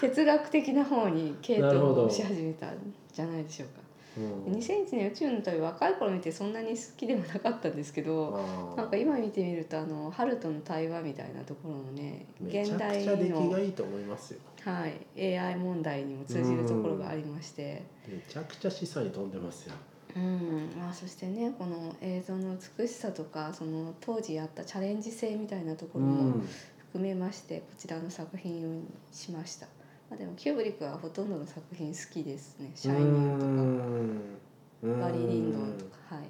Speaker 2: 哲学的な方に系統をし始めたんじゃないでしょうか
Speaker 1: うん
Speaker 2: 2001年宇宙の旅若い頃見てそんなに好きではなかったんですけど
Speaker 1: あー
Speaker 2: なんか今見てみるとあのハルトの対話みたいなところのね
Speaker 1: めち
Speaker 2: 現
Speaker 1: ゃく
Speaker 2: 代
Speaker 1: ちゃ出来
Speaker 2: の
Speaker 1: が、いいと思いますよ
Speaker 2: はい、AI 問題にも通じるところがありまして
Speaker 1: めちゃくちゃ示唆に飛んでますよ
Speaker 2: うんまあ、そしてねこの映像の美しさとかその当時やったチャレンジ性みたいなところも
Speaker 1: うん
Speaker 2: 含めましてこちらの作品にしましたあでもキューブリックはほとんどの作品好きですね「シ
Speaker 1: う
Speaker 2: ャ
Speaker 1: ー
Speaker 2: イニング」
Speaker 1: ん
Speaker 2: とか「バリー・リンドン」と
Speaker 1: う
Speaker 2: かはい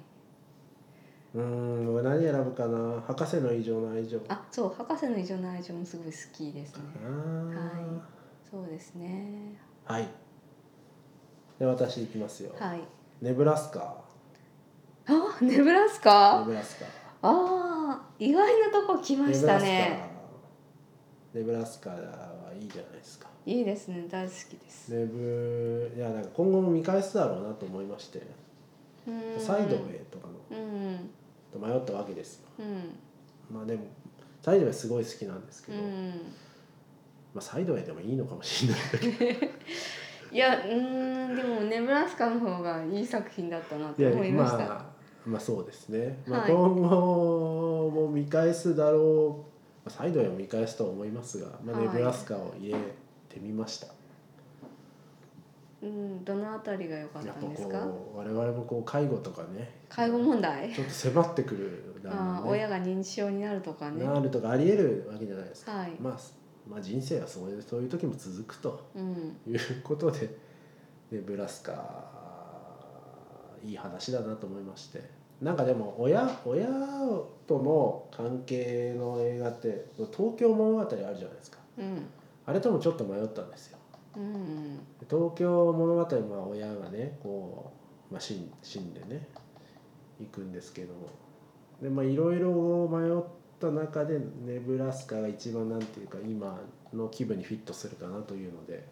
Speaker 1: ーん僕何選ぶかな博士の異常な愛情
Speaker 2: あそう「博士の異常な愛情」もすごい好きですね
Speaker 1: あー
Speaker 2: はそうですね
Speaker 1: はいで私いきますよ、
Speaker 2: はい
Speaker 1: ネブラスカ
Speaker 2: あネブラス
Speaker 1: ネ
Speaker 2: カ
Speaker 1: ブラスカ
Speaker 2: あー意外なとこ来ま
Speaker 1: ネ
Speaker 2: し
Speaker 1: ブ
Speaker 2: た
Speaker 1: ラスカ
Speaker 2: ね
Speaker 1: ネブラスカはいいじゃないですか
Speaker 2: いいですね大好きです
Speaker 1: ネブいやなんか今後も見返すだろうなと思いまして
Speaker 2: うん
Speaker 1: サイドウェイとかの
Speaker 2: うん
Speaker 1: と迷ったわけですよ
Speaker 2: うん
Speaker 1: まあでもサイドウェイすごい好きなんですけ
Speaker 2: う
Speaker 1: ど、
Speaker 2: ん
Speaker 1: まあ、サイドウェイでもいいのかもしれないけど
Speaker 2: いやうーんでもネブラスカの方がいい作品だったなと思
Speaker 1: い
Speaker 2: い
Speaker 1: や
Speaker 2: ま
Speaker 1: ま
Speaker 2: した、
Speaker 1: あまあそうですね、まあ、
Speaker 2: はい
Speaker 1: 今後も見返すだろう、まあ、サイドウェイも見返すとは思いますが、まあ、
Speaker 2: はい
Speaker 1: ネブラスカを入れてみました、
Speaker 2: うんどのあたりが良かっ
Speaker 1: やったぱ
Speaker 2: んですか
Speaker 1: こう我々もこう介護とかね
Speaker 2: 介護問題
Speaker 1: ちょっと迫ってくるだ
Speaker 2: あ
Speaker 1: ろ
Speaker 2: ー
Speaker 1: うね
Speaker 2: 親が認知症になるとかね
Speaker 1: なるとかありえるわけじゃないですか、
Speaker 2: はい、
Speaker 1: まあ、まあ人生はそういうそういう時も続くと
Speaker 2: うん
Speaker 1: いうことでネブラスカいい話だなと思いましてなんかでも親親との関係の映画って東京物語あるじゃないですか
Speaker 2: うん
Speaker 1: あれともちょっと迷ったんですよ
Speaker 2: うん
Speaker 1: 東京物語は親がねこう、まあ、死ん死んでね行くんですけどでまあいろいろ迷った中でネブラスカが一番なんていうか今の気分にフィットするかなというので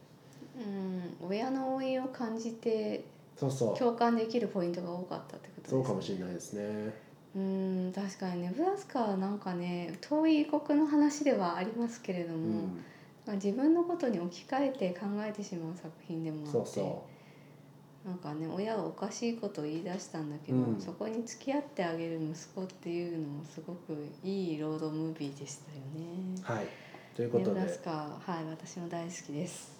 Speaker 2: うん親の応援を感じて
Speaker 1: そうそう
Speaker 2: 共感できるポイントが多かったってことです
Speaker 1: そうかもしれないですね。
Speaker 2: うん確かにネブラスカはなんかね遠い異国の話ではありますけれど
Speaker 1: う
Speaker 2: も、
Speaker 1: ん、
Speaker 2: まあ自分のことに置き換えて考えてしまう作品でもあって
Speaker 1: そうそ
Speaker 2: なんかね親はおかしいことを言い出したんだけど、
Speaker 1: うん
Speaker 2: そこに付き合ってあげる息子っていうのもすごくいいロードムービーでしたよね。
Speaker 1: う。はい。というこ
Speaker 2: ネ
Speaker 1: と
Speaker 2: ブ
Speaker 1: で、
Speaker 2: ラスカはい私も大好きです。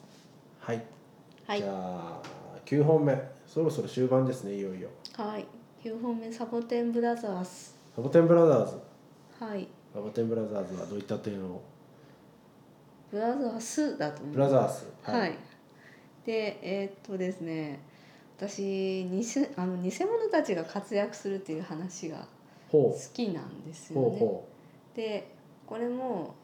Speaker 1: はい。
Speaker 2: はい
Speaker 1: じゃあ九本目、そろそろ終盤ですね。いよいよ。
Speaker 2: はい九本目サボテンブラザーズ
Speaker 1: サボテンブラザーズ。
Speaker 2: はい
Speaker 1: サボテンブラザーズはどういった点を？
Speaker 2: ブラザースだと思う。
Speaker 1: ブラザーズ。
Speaker 2: はい、でえーっとですね私偽あの偽物たちが活躍するっていう話が好
Speaker 1: ほ
Speaker 2: きなんです
Speaker 1: う。
Speaker 2: よね。
Speaker 1: ほうほ
Speaker 2: でこれも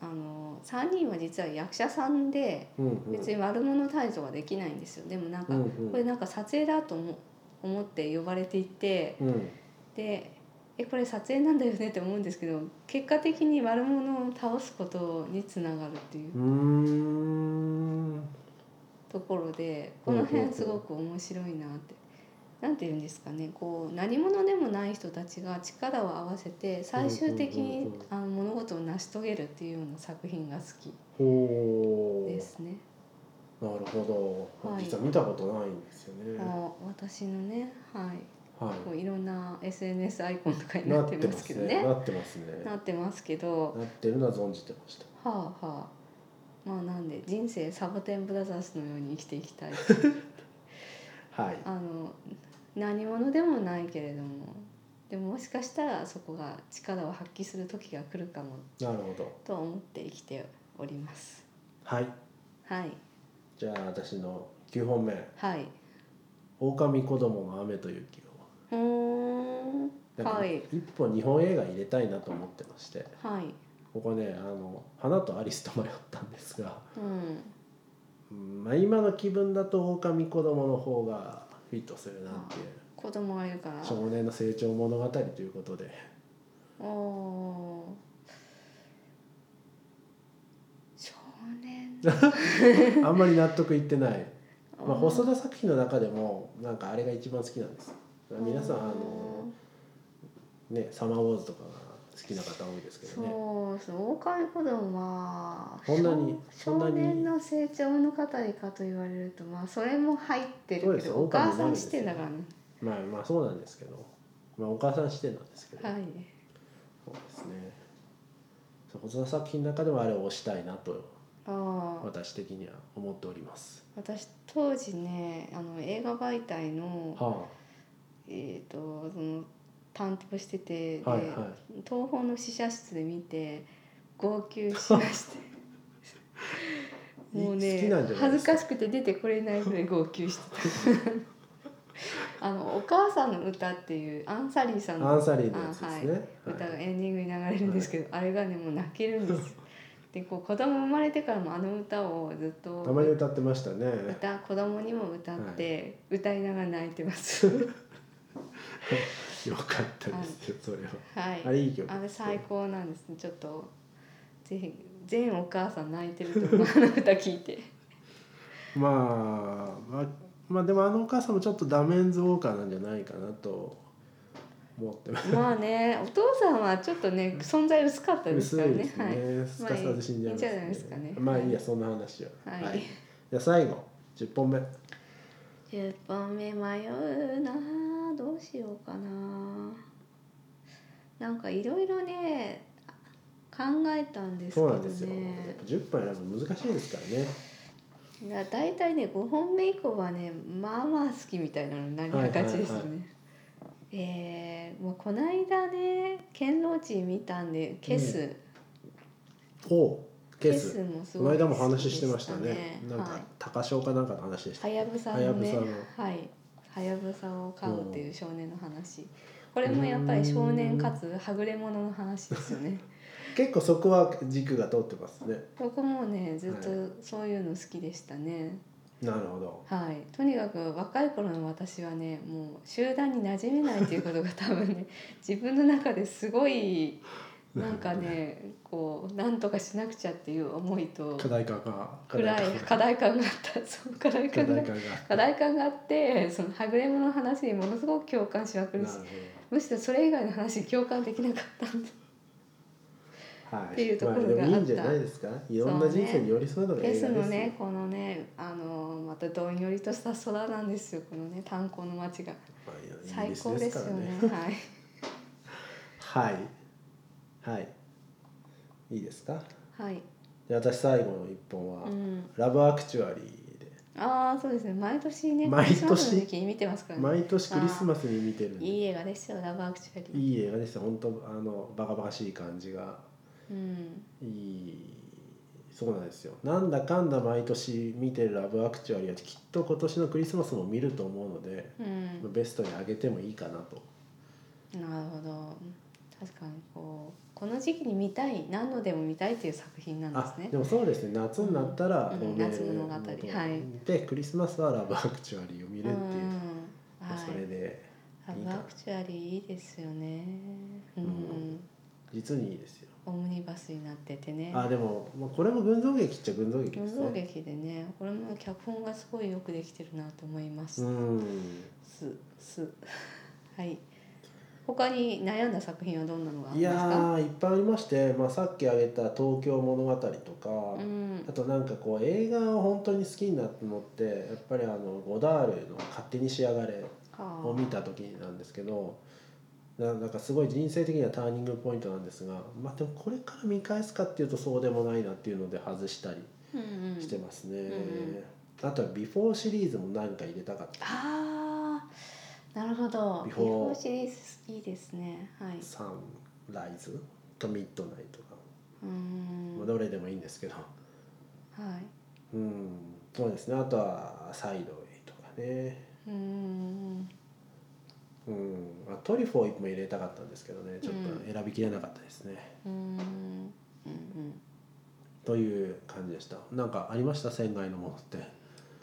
Speaker 2: あの3人は実は役者さんで
Speaker 1: う。うんうん。
Speaker 2: 別に悪者退場はできないんですよでもなん
Speaker 1: う
Speaker 2: か、
Speaker 1: ん
Speaker 2: これなんか撮影だと思思って呼ばれていて
Speaker 1: うん。うん。
Speaker 2: でえこれ撮影なんだよねって思うんですけど結果的に悪者を倒すことにつながるっていう
Speaker 1: うーん。
Speaker 2: ところで
Speaker 1: う
Speaker 2: こ
Speaker 1: ん
Speaker 2: の辺すごく面白いなって。なんて言うんですかねこう何者でもない人たちが力を合わせて最終的
Speaker 1: うんう
Speaker 2: に
Speaker 1: んうんうん
Speaker 2: あの物事を成し遂げるっていうような作品が好き
Speaker 1: ほう。
Speaker 2: ですね。
Speaker 1: なるほど、
Speaker 2: はい
Speaker 1: 実は見たことないんですよね。は
Speaker 2: もう私のね、はい、こ
Speaker 1: い。
Speaker 2: ういろんな SNS アイコンとかに
Speaker 1: な
Speaker 2: な
Speaker 1: っ
Speaker 2: ってて
Speaker 1: ま
Speaker 2: ますすけ
Speaker 1: ね
Speaker 2: ど。ね。
Speaker 1: なってますね。
Speaker 2: なってますけど、
Speaker 1: なってるのは存じてました。
Speaker 2: はあはあ、まあなんで人生サボテンブラザーズのように生きていきたい。 [LAUGHS]
Speaker 1: はい。
Speaker 2: あの何者でもないけれども、でももしかしたらそこが力を発揮する時が来るかも
Speaker 1: なるほど。
Speaker 2: と思って生きております。
Speaker 1: はい。
Speaker 2: はい
Speaker 1: じゃあ私の9本目
Speaker 2: はい。
Speaker 1: 「狼子供の雨と雪」を
Speaker 2: うーん
Speaker 1: なんか
Speaker 2: はい
Speaker 1: 一本日本映画入れたいなと思ってまして
Speaker 2: はい
Speaker 1: ここねあの「花とアリス」と迷ったんですが、
Speaker 2: うん
Speaker 1: うんまあ、今の気分だと狼子供の方がフィットするなっていう
Speaker 2: 子供がいるから。
Speaker 1: 少年の成長物語ということで
Speaker 2: お少年
Speaker 1: あんまり納得いって
Speaker 2: [LAUGHS]
Speaker 1: ない、まあ、細
Speaker 2: 田
Speaker 1: 田作品の中でもなんかあれが一番好きなんです皆さんあのね「サマーウォーズ」とかが好きな方多いですけどね
Speaker 2: そうそう狼子供は
Speaker 1: そんなに
Speaker 2: 少
Speaker 1: そんな
Speaker 2: 少
Speaker 1: に
Speaker 2: 年の成長の語りかと言われるとまあそれも入って
Speaker 1: そう
Speaker 2: る
Speaker 1: で
Speaker 2: け
Speaker 1: す
Speaker 2: ど
Speaker 1: よ
Speaker 2: お母
Speaker 1: 狼
Speaker 2: さ
Speaker 1: なん
Speaker 2: ん
Speaker 1: です
Speaker 2: 視点だからね
Speaker 1: まあまあそうなんですけど、まあ、お母さん視点なんですけど、
Speaker 2: はい
Speaker 1: そうですねそう細田作品の中でもあれを推したいなと
Speaker 2: ああ
Speaker 1: 私的には思っております。
Speaker 2: 私当時ねあの映画媒体の
Speaker 1: は
Speaker 2: えっ、とその担当しててで、
Speaker 1: あ、はいはい。
Speaker 2: 東宝の試写室で見て号泣しましてもう
Speaker 1: 好き
Speaker 2: ね
Speaker 1: なんじゃない
Speaker 2: 恥
Speaker 1: で
Speaker 2: ず
Speaker 1: すか
Speaker 2: かしくて出てこれないぐらい号泣して
Speaker 1: [LAUGHS]
Speaker 2: たあの「お母さんの歌」っていうアンサリーさん
Speaker 1: アン
Speaker 2: の
Speaker 1: サリーのやつですね、はい
Speaker 2: 歌がエンディングに流れるんですけど、あれがねもう泣けるんです
Speaker 1: [LAUGHS]
Speaker 2: でこう子供生まれてからもあの歌をずっと
Speaker 1: たまに歌ってましたね
Speaker 2: 歌子供にも歌って、歌いながら泣いてます
Speaker 1: [LAUGHS] よかったですよそれは
Speaker 2: はい
Speaker 1: あれいい曲
Speaker 2: あれ
Speaker 1: ですね
Speaker 2: 最高なんですねちょっとぜひ全お母さん泣いてると思うあの歌聞いて
Speaker 1: まあまあまあでもあのお母さんもちょっとダメンズウォーカーなんじゃないかなと思ってます
Speaker 2: [LAUGHS] まあねお父さんはちょっとね存在薄かったで
Speaker 1: 薄
Speaker 2: すか
Speaker 1: い
Speaker 2: ら
Speaker 1: で
Speaker 2: ね
Speaker 1: すね、すかさず死んじゃいます,、
Speaker 2: いいんじゃないですかね
Speaker 1: まあ
Speaker 2: はい
Speaker 1: いいやそんな話は
Speaker 2: はい
Speaker 1: じゃあ最後10本目
Speaker 2: はい、10本目迷うなどうしようかななんかいろいろね考えたんですけ
Speaker 1: そうなん
Speaker 2: ど
Speaker 1: ですよ、
Speaker 2: ね
Speaker 1: 10本選ぶの難しいですからね
Speaker 2: だ大体ね5本目以降はねまあまあ好きみたいなのになりがちで
Speaker 1: は
Speaker 2: すよね。
Speaker 1: いはいは
Speaker 2: えーもうこの間ね堅牢地見たんでケス、
Speaker 1: おおケース
Speaker 2: もす
Speaker 1: この
Speaker 2: ごい
Speaker 1: 間
Speaker 2: 好
Speaker 1: も
Speaker 2: きで
Speaker 1: 話し
Speaker 2: してた
Speaker 1: ましたねなんか、
Speaker 2: はい
Speaker 1: 高潮かなんかの話でした、
Speaker 2: はやぶさのね
Speaker 1: はやぶ
Speaker 2: はいはやぶさを飼うっていう少年の話これもやっぱり少年かつはぐれ者の話ですよ [LAUGHS] ね
Speaker 1: 結構そこは軸が通ってますね
Speaker 2: 僕もねずっと
Speaker 1: は
Speaker 2: そういうの好きでしたね
Speaker 1: なるほど
Speaker 2: はいとにかく若い頃の私はねもう集団に馴染めないっていうことが多分 [LAUGHS] ね自分の中ですごいなんかねこうなんとかしなくちゃっていう思いと
Speaker 1: 課題感が
Speaker 2: 暗い課題感があったそう課題
Speaker 1: 課
Speaker 2: 感
Speaker 1: 題
Speaker 2: が
Speaker 1: 感が
Speaker 2: 課題感があってそのはぐれ者の話にものすごく共感しまくる
Speaker 1: な
Speaker 2: し
Speaker 1: る
Speaker 2: むしろそれ以外の話に共感できなかったんで
Speaker 1: ほどはい
Speaker 2: っていうところがあった
Speaker 1: まあ、でもいいんじゃないですかいろんな人生に寄り添うのが映画
Speaker 2: で
Speaker 1: です
Speaker 2: す
Speaker 1: よ
Speaker 2: のねこのねあのまたどんよりとした空なんですよこのね炭鉱の街が
Speaker 1: まあいやイギ
Speaker 2: 最
Speaker 1: リス
Speaker 2: 高です
Speaker 1: か
Speaker 2: よ
Speaker 1: ら
Speaker 2: ねはい
Speaker 1: はいはいいいですか [LAUGHS]
Speaker 2: はい、
Speaker 1: で私最後の一本は、
Speaker 2: うん、
Speaker 1: ラブアクチュアリーで
Speaker 2: ああそうですね毎年ね
Speaker 1: 毎年
Speaker 2: クリスマスの時期に見てますからね
Speaker 1: 毎年クリスマスに見てるんで
Speaker 2: いい映画ですよラブアクチュアリー、
Speaker 1: いい映画でした本当あのバカバカしい感じが
Speaker 2: うん、
Speaker 1: いいそうなんですよなんだかんだ毎年見てるラブアクチュアリーはきっと今年のクリスマスも見ると思うので、
Speaker 2: うん、
Speaker 1: ベストに上げてもいいかなと
Speaker 2: なるほど確かにこうこの時期に見たい何度でも見たいっていう作品なんです
Speaker 1: あ
Speaker 2: ね
Speaker 1: でもそうですね夏になったら
Speaker 2: うん
Speaker 1: ロメール
Speaker 2: 夏物語はい
Speaker 1: でクリスマスはラブアクチュアリーを見るっていう、
Speaker 2: うんはい
Speaker 1: それで
Speaker 2: ラブアクチュアリーいいですよねうん、
Speaker 1: うん実にいいですよ、
Speaker 2: オムニバスになっててね
Speaker 1: あでも、まあ、これも群像劇っちゃ群像劇で
Speaker 2: 群
Speaker 1: す
Speaker 2: 像
Speaker 1: ね
Speaker 2: 劇でねこれも脚本がすごいよくできてるなと思います、
Speaker 1: うん
Speaker 2: すす [LAUGHS] はい他に悩んだ作品はどんなのがあり
Speaker 1: いや
Speaker 2: ますか
Speaker 1: ーいっぱいありまして、まあ、さっき挙げた「東京物語」とか、
Speaker 2: うん
Speaker 1: あとなんかこう映画を本当に好きになったのってやっぱりあのゴダールの「勝手に仕上がれ」を
Speaker 2: は
Speaker 1: 見た時なんですけどななんかすごい人生的にはターニングポイントなんですが、まあ、でもこれから見返すかっていうとそうでもないなっていうので外したり
Speaker 2: あ、うんうん
Speaker 1: してますね、
Speaker 2: んうん
Speaker 1: あとは「ビフォー」シリーズも何か入れたかった
Speaker 2: あーなるほど
Speaker 1: ビ
Speaker 2: ビ
Speaker 1: フ
Speaker 2: フ
Speaker 1: ォー
Speaker 2: ォーシリーズいいですねは
Speaker 1: 「
Speaker 2: い
Speaker 1: サンライズ」と「ミッドナイト」が、
Speaker 2: うーん
Speaker 1: まあ
Speaker 2: は
Speaker 1: どれでもいいんですけど。
Speaker 2: い
Speaker 1: うん、そうですね。あとはサイドウェイとかね。
Speaker 2: うーん
Speaker 1: うん、あトリュフを一本入れたかったんですけどね、ちょっ
Speaker 2: う
Speaker 1: と選びきれなかったですね。
Speaker 2: うーんうんうん
Speaker 1: という感じでした。なんかありました仙外のものって。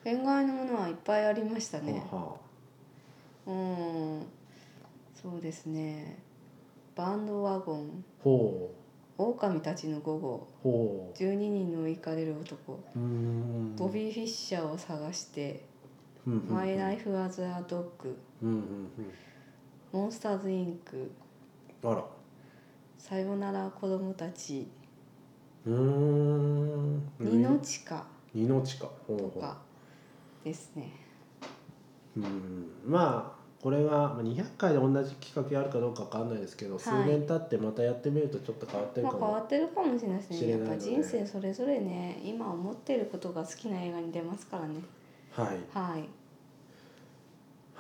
Speaker 2: 恋愛のものはいっぱいありましたね
Speaker 1: は
Speaker 2: うんそうですねバンドワゴン
Speaker 1: あ、ほ
Speaker 2: 狼たちの午後
Speaker 1: うほ
Speaker 2: 12人の行かれる男
Speaker 1: う。うーん。
Speaker 2: ボビー・フィッシャーを探して
Speaker 1: うんうんうん、
Speaker 2: マイ・ライフ・アズ・ア・ドッグ
Speaker 1: うんうん
Speaker 2: モンスターズ・インク
Speaker 1: うん。あら。
Speaker 2: さよなら子供たち
Speaker 1: うーん。
Speaker 2: ニノチカ
Speaker 1: 二の地か。ほう
Speaker 2: と
Speaker 1: ほう
Speaker 2: かですね。
Speaker 1: うんまあこれがまあ200回で同じ企画やるかどうかわかんないですけど、
Speaker 2: い
Speaker 1: 数年経ってまたやってみるとちょっと変わってる
Speaker 2: ま
Speaker 1: か
Speaker 2: あ変
Speaker 1: も
Speaker 2: わってるかもしれないです
Speaker 1: 知
Speaker 2: ね。
Speaker 1: れ
Speaker 2: や
Speaker 1: な
Speaker 2: っ
Speaker 1: いので
Speaker 2: ぱ人生それぞれね、今思ってることが好きな映画に出ますからね。
Speaker 1: はい
Speaker 2: はい。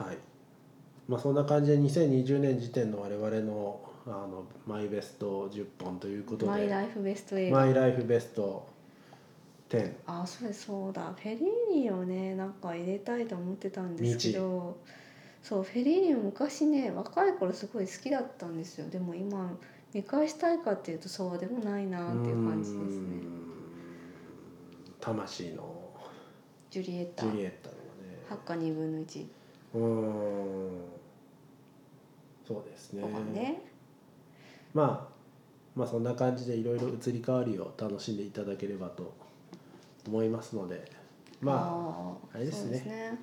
Speaker 1: はい。まあそんな感じで2020年時点の我々のあのマイベスト10本ということで、
Speaker 2: マイライフベスト映画。
Speaker 1: マイライフベスト点
Speaker 2: あそれそうだフェリーニをねなんか入れたいと思ってたんですけどそうフェリーニ昔ね若い頃すごい好きだったんですよでも今見返したいかっていうとそうでもないなっていう感じです
Speaker 1: うー
Speaker 2: ね
Speaker 1: ん魂の
Speaker 2: ジュリエッタ
Speaker 1: ジュリエッタの
Speaker 2: ハッカ二分の一
Speaker 1: ねうーんそうですね
Speaker 2: とかね、
Speaker 1: まあまあそんな感じでいろいろ移り変わりを楽しんでいただければと思いますのでまあ
Speaker 2: あー
Speaker 1: あれですね
Speaker 2: そうですね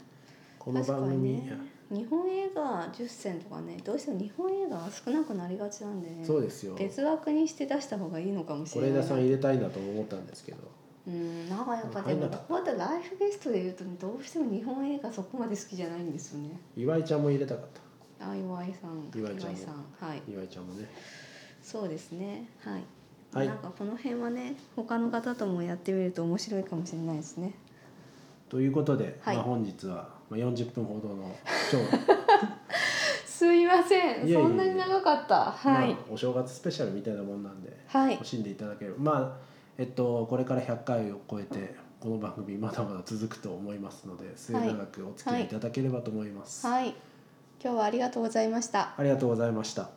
Speaker 1: この番組、
Speaker 2: 確かにね日本映画10選とかねどうしても日本映画は少なくなりがちなんでね
Speaker 1: そうですよ
Speaker 2: 別枠にして出した方がいいのかもし
Speaker 1: 是
Speaker 2: れな
Speaker 1: 枝
Speaker 2: い
Speaker 1: さん入れたいなと思ったんですけど
Speaker 2: うんなんかやっぱ
Speaker 1: 入
Speaker 2: で
Speaker 1: んな
Speaker 2: も
Speaker 1: か
Speaker 2: ど
Speaker 1: った
Speaker 2: こだったらライフゲストで言うとねどうしても日本映画そこまで好きじゃないんですよね
Speaker 1: 岩井ちゃんも入れたかった
Speaker 2: あ岩井さん
Speaker 1: 岩井ちゃんも
Speaker 2: さんはい
Speaker 1: 岩井ちゃんもね
Speaker 2: そうですねはい、
Speaker 1: はい
Speaker 2: なんかこの辺はね他の方ともやってみると面白いかもしれないですね
Speaker 1: ということで、
Speaker 2: はい
Speaker 1: まあ、本日はまあ40分ほど
Speaker 2: [LAUGHS]
Speaker 1: の超
Speaker 2: [LAUGHS] すいません
Speaker 1: いえいえいえ
Speaker 2: そんなに長かったはい、
Speaker 1: まあ、お正月スペシャルみたいなもんなんで
Speaker 2: はい
Speaker 1: 楽しんでいただければまあえっとこれから100回を超えてこの番組まだまだ続くと思いますので末永くお付き合いいただければと思います、
Speaker 2: はい今日はありがとうございました
Speaker 1: ありがとうございました